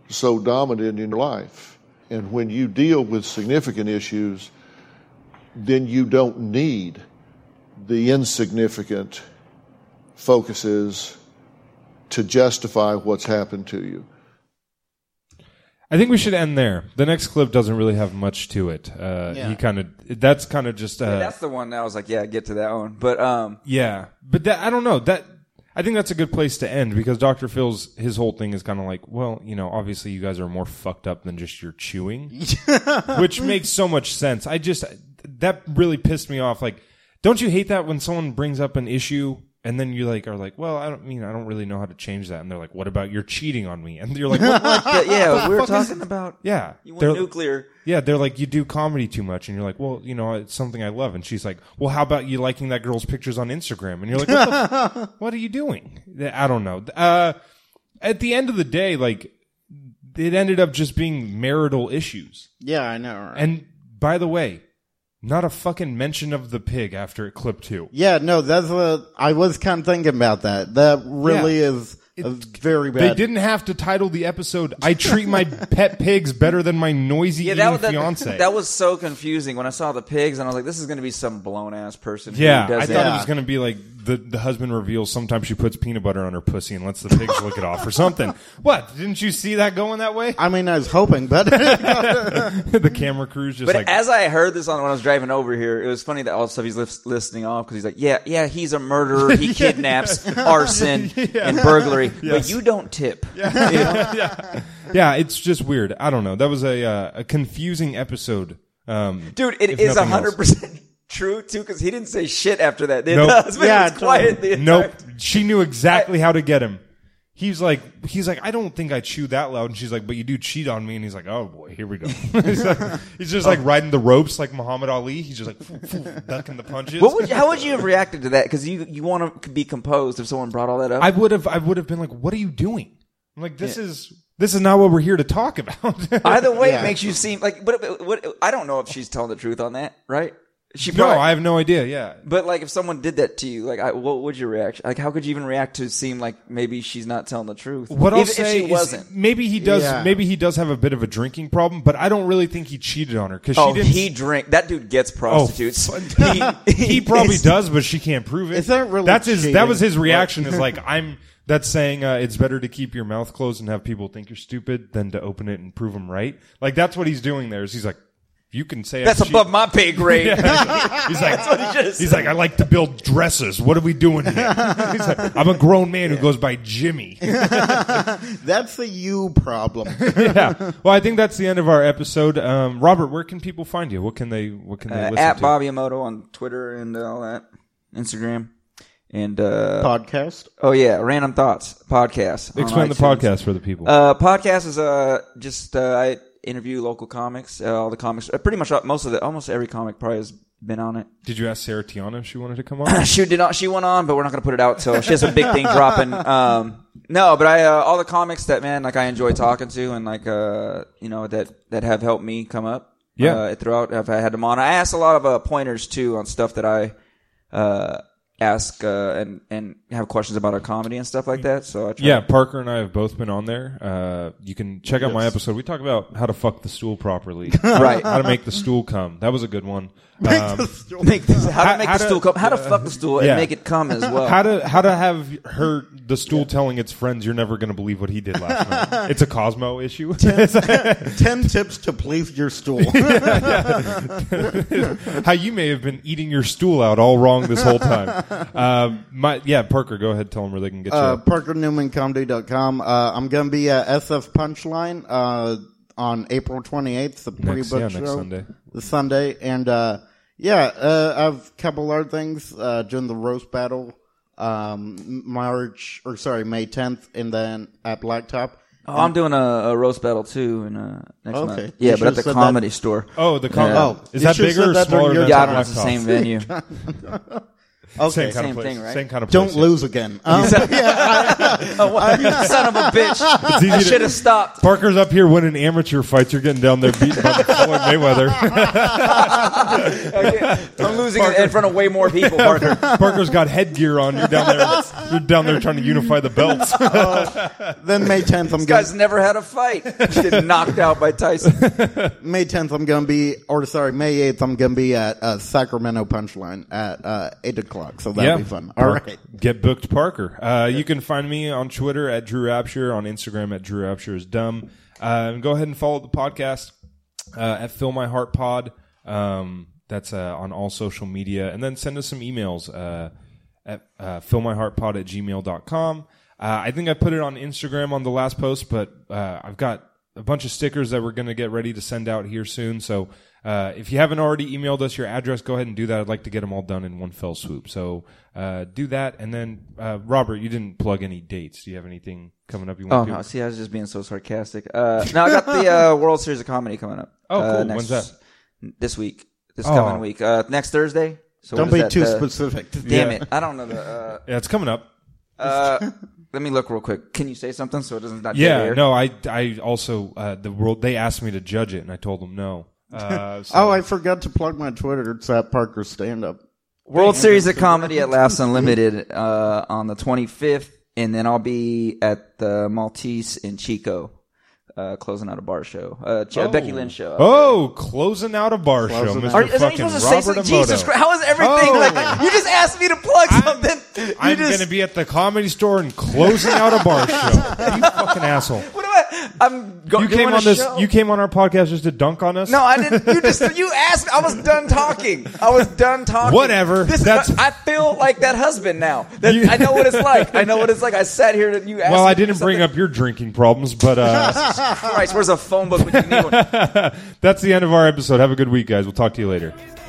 C: so dominant in your life. And when you deal with significant issues, then you don't need the insignificant focuses to justify what's happened to you.
B: I think we should end there. The next clip doesn't really have much to it. Uh, He kind of, that's kind of just, uh,
E: That's the one that I was like, yeah, get to that one. But um,
B: Yeah, but that, I don't know that. I think that's a good place to end because Doctor Phil's his whole thing is kind of like, well, you know, obviously you guys are more fucked up than just your
E: [laughs]
B: chewing, which makes so much sense. I just that really pissed me off. Like, don't you hate that when someone brings up an issue and then you like are like, well, I don't mean I don't really know how to change that, and they're like, what about you're cheating on me? And you're like, what,
E: [laughs]
B: what?
E: yeah, yeah, we were talking about
B: yeah,
E: you
B: They're-
E: want nuclear.
B: yeah, they're like, you do comedy too much. And you're like, well, you know, it's something I love. And she's like, well, how about you liking that girl's pictures on Instagram? And you're like, what, the
E: [laughs]
B: f- what are you doing? I don't know. Uh, at the end of the day, like, it ended up just being marital issues.
D: [laughs] Yeah, I know. Right?
B: And by the way, not a fucking mention of the pig after clip two.
D: yeah, no, that's a. I was kind of thinking about that. That really
B: Yeah.
D: is a very
B: They
D: bad.
B: didn't have to title the episode, I treat
E: [laughs]
B: my pet pigs better than my noisy
E: Yeah,
B: eating
E: that, that,
B: fiance.
E: [laughs] that was so confusing when I saw the pigs, and I was like, this is going to be some blown ass person. who
B: Yeah, I
E: doesn't-
B: thought it was going to be like the, the husband reveals sometimes she puts peanut butter on her pussy and lets the
E: [laughs]
B: pigs lick it off or something. What? Didn't you see that going that way?
D: I mean, I was hoping, but
B: [laughs]
D: [laughs]
B: the camera crew's just
E: But
B: like,
E: as I heard this on when I was driving over here, it was funny that all of a sudden he's lis- listening off because he's like, "Yeah, yeah, he's
B: [laughs]
E: a murderer. He kidnaps, arson, and burglary. But you don't tip. You know?
B: yeah, it's just weird. I don't know. That was a uh, a confusing episode. Um,
E: dude. It
B: if
E: is
B: nothing
E: hundred
B: else.
E: percent [laughs] true too because he didn't say shit after that. The
B: Nope.
E: husband
D: Yeah,
E: was quiet. The entire-
B: Nope. She knew exactly how to get him. He's like, he's like, I don't think I chew that loud. And she's like, but you do cheat on me. And he's like, oh boy, here we go. [laughs] he's, like- he's just
E: Oh.
B: like riding the ropes like Muhammad Ali. He's just like [laughs] ducking the punches.
E: What would you, how would you have reacted to that? Because you you want to be composed if someone brought all that up.
B: I would have I would have been like, "What are you doing?" I'm like, "This is this is not what we're here to talk about." [laughs]
E: Either way,
D: Yeah.
E: it makes you seem like. But what? I don't know if she's telling the truth on that, right? She
B: no,
E: probably-
B: I have no idea. Yeah,
E: But like, if someone did that to you, like, I, what would your reaction? Like, how could you even react to seem like maybe she's not telling the truth?
B: what
E: if,
B: I'll
E: if
B: say
E: she
B: is
E: wasn't.
B: maybe he does
D: Yeah.
B: maybe he does have a bit of a drinking problem, but I don't really think he cheated on her because
E: Oh,
B: she didn't. Oh,
E: he drink. That dude gets prostitutes. [laughs] he,
B: [laughs] he probably does, but she can't prove it.
D: Is that really
B: That's his. That
D: cheating?
B: was his reaction. Is
E: [laughs]
B: like I'm. That's saying uh, it's better to keep your mouth closed and have people think you're stupid than to open it and prove them right. Like that's what he's doing there. Is he's like, you can say I
E: That's
B: cheat-
E: above
B: [laughs]
E: my pay grade. [laughs]
B: He's like, he's like, I like to build dresses. What are we doing here?
E: [laughs]
B: He's like, I'm a grown man who goes by Jimmy.
D: that's the you
B: [laughs]
D: problem.
B: yeah. Well, I think that's the end of our episode. Um, Robert, where can people find you? What can they? What can they
E: Uh,
B: listen
E: at
B: to?
E: Bobby Emoto on Twitter and all that, Instagram, and uh,
D: Podcast.
E: oh yeah, Random Thoughts podcast. on
B: Explain the
E: iTunes.
B: podcast for the people.
E: Uh, podcast is uh just uh, I interview local comics, uh, all the comics, uh, pretty much all- most of the almost every comic probably has been on it. [laughs]
B: Did you ask Sarah Tiana if she wanted to come
E: [clears throat]
B: on?
E: she did not. She went on, but we're not going to put it out till she has a big thing dropping. Um, no, but I uh, all the comics that man like I enjoy talking to and like uh you know that that have helped me come up.
B: Yeah.
E: uh, throughout I've had them on. I asked a lot of uh, pointers too on stuff that I uh ask uh, and and have questions about our comedy and stuff like that. So I try
B: Yeah, Parker and I have both been on there. Uh, you can check out my episode. We talk about how to fuck the stool properly,
E: [laughs] Right.
B: How to make the stool come. That was a good one. Um,
E: make this, how,
B: How-
E: to make
B: how
E: the
B: to-
E: stool come, how to fuck the stool
B: yeah.
E: and make it come as well.
B: How to how to have her the stool telling its friends you're never going to believe what he did last
E: [laughs]
B: night. It's a Cosmo issue. [laughs]
D: Ten tips to please your stool.
B: how you may have been eating your stool out all wrong this whole
E: [laughs]
B: time. Um, my yeah, Parker, go ahead, tell them where they can get
D: uh,
B: you.
D: ParkerNewmanComedy.com. Uh, I'm going to be at SF Punchline uh, on April 28th, the Pretty
B: Next-
D: Book
B: yeah, next
D: Show.
B: Sunday.
D: The Sunday. And uh, yeah, uh, I have a couple other things uh, during the roast battle, um, March, or sorry, May 10th, and then at Blacktop.
E: Oh, I'm doing a, a roast battle too in uh, next
D: Okay.
E: month.
D: You
E: Yeah,
D: should've
E: but at
D: said
E: the comedy
D: that.
E: store.
B: Oh, the com-
E: Yeah.
B: oh, is
D: You
B: that
D: should've
B: bigger or
D: said that during
B: smaller
D: your
B: than
E: Yeah,
D: time.
E: but it's the
B: Blacktop?
D: [laughs]
E: same venue.
B: Same kind
E: Same
B: of place.
E: thing, right?
B: Same kind of place.
D: Don't lose [laughs] again. Um,
E: [laughs] Son of a bitch!
B: It's easy
E: I
B: to-
E: should
B: [laughs]
E: have stopped.
B: Parker's up here winning amateur fights. You're getting down there beat by
E: [laughs]
B: Floyd Mayweather.
E: I'm losing in front of way more people, Parker.
B: Parker's got headgear on. You're down there. You're down there trying to unify the belts.
D: then May 10th, I'm
E: This
D: going
E: guy's never had a fight. He's
B: [laughs]
E: getting knocked out by Tyson.
D: May 10th, I'm going to be, or sorry, May 8th, I'm going to be at uh, Sacramento Punchline at uh, 8 o'clock. So that'll be fun. All
B: Park-
D: right.
B: Get booked, Parker. Uh, you can find me on Twitter at Drew Rapture, on Instagram at Drew Rapture is dumb. Uh, and go ahead and follow the podcast uh, at Fill My Heart Pod. Um, that's uh, on all social media. And then send us some emails uh, at uh, fillmyheartpod at gmail.com. Uh, I think I put it on Instagram on the last post, but uh, I've got a bunch of stickers that we're going to get ready to send out here soon. So uh, if you haven't already emailed us your address, go ahead and do that. I'd like to get them all done in one fell swoop. So uh, do that. And then, uh, Robert, you didn't plug any dates. Do you have anything coming up you
E: Oh
B: want
E: no!
B: to?
E: See, I was just being so sarcastic. Uh, no, I got the
B: [laughs]
E: uh, World Series of Comedy coming up.
B: Oh,
E: uh,
B: cool.
E: next-
B: When's
E: This week. This
B: Oh.
E: coming week. Uh, next Thursday. So
D: Don't
E: what
D: be
E: is
D: too
E: that, uh,
D: specific.
E: Damn
B: Yeah.
E: it! I don't know the. Uh,
D: [laughs]
B: Yeah, it's coming up.
E: uh, let me look real quick. Can you say something so it doesn't not dead
B: Yeah,
E: air?
B: no, I, I also, uh, the world, they asked me to judge it and I told them no. [laughs] Uh, so-
D: Oh, I forgot to plug my Twitter. It's at Parker Stand Up.
E: World Series of Comedy at Laughs Unlimited uh, on the 25th, and then I'll be at the Maltese in Chico, uh, closing out a bar show. Uh, Ch- Becky Lynn show.
B: Oh, closing out a bar show, Mr.
E: Are, is that
B: fucking
E: supposed to say
B: Robert
E: something?
B: Emoto.
E: Jesus Christ! How is everything?
B: Oh.
E: Like, you just asked me to plug something. You
B: I'm
E: just,
B: gonna be at the comedy store and closing out a bar show.
E: [laughs]
B: you fucking asshole!
E: What am I? I'm go,
B: You
E: doing
B: came
E: a
B: on this.
E: show.
B: You came on our podcast just to dunk on us.
E: No, I didn't. You just you asked. I was done talking. I was done talking.
B: Whatever.
E: This
B: That's-
E: I feel like that husband now. That,
B: You-
E: I know what it's like. I know what it's like. I sat here and you asked.
B: well,
E: me
B: I
E: for
B: didn't bring
E: something.
B: up your drinking problems, but
E: [laughs]
B: uh,
E: Christ, where's a phone book when you need one?
B: that's the end of our episode. Have a good week, guys. We'll talk to you later. [laughs]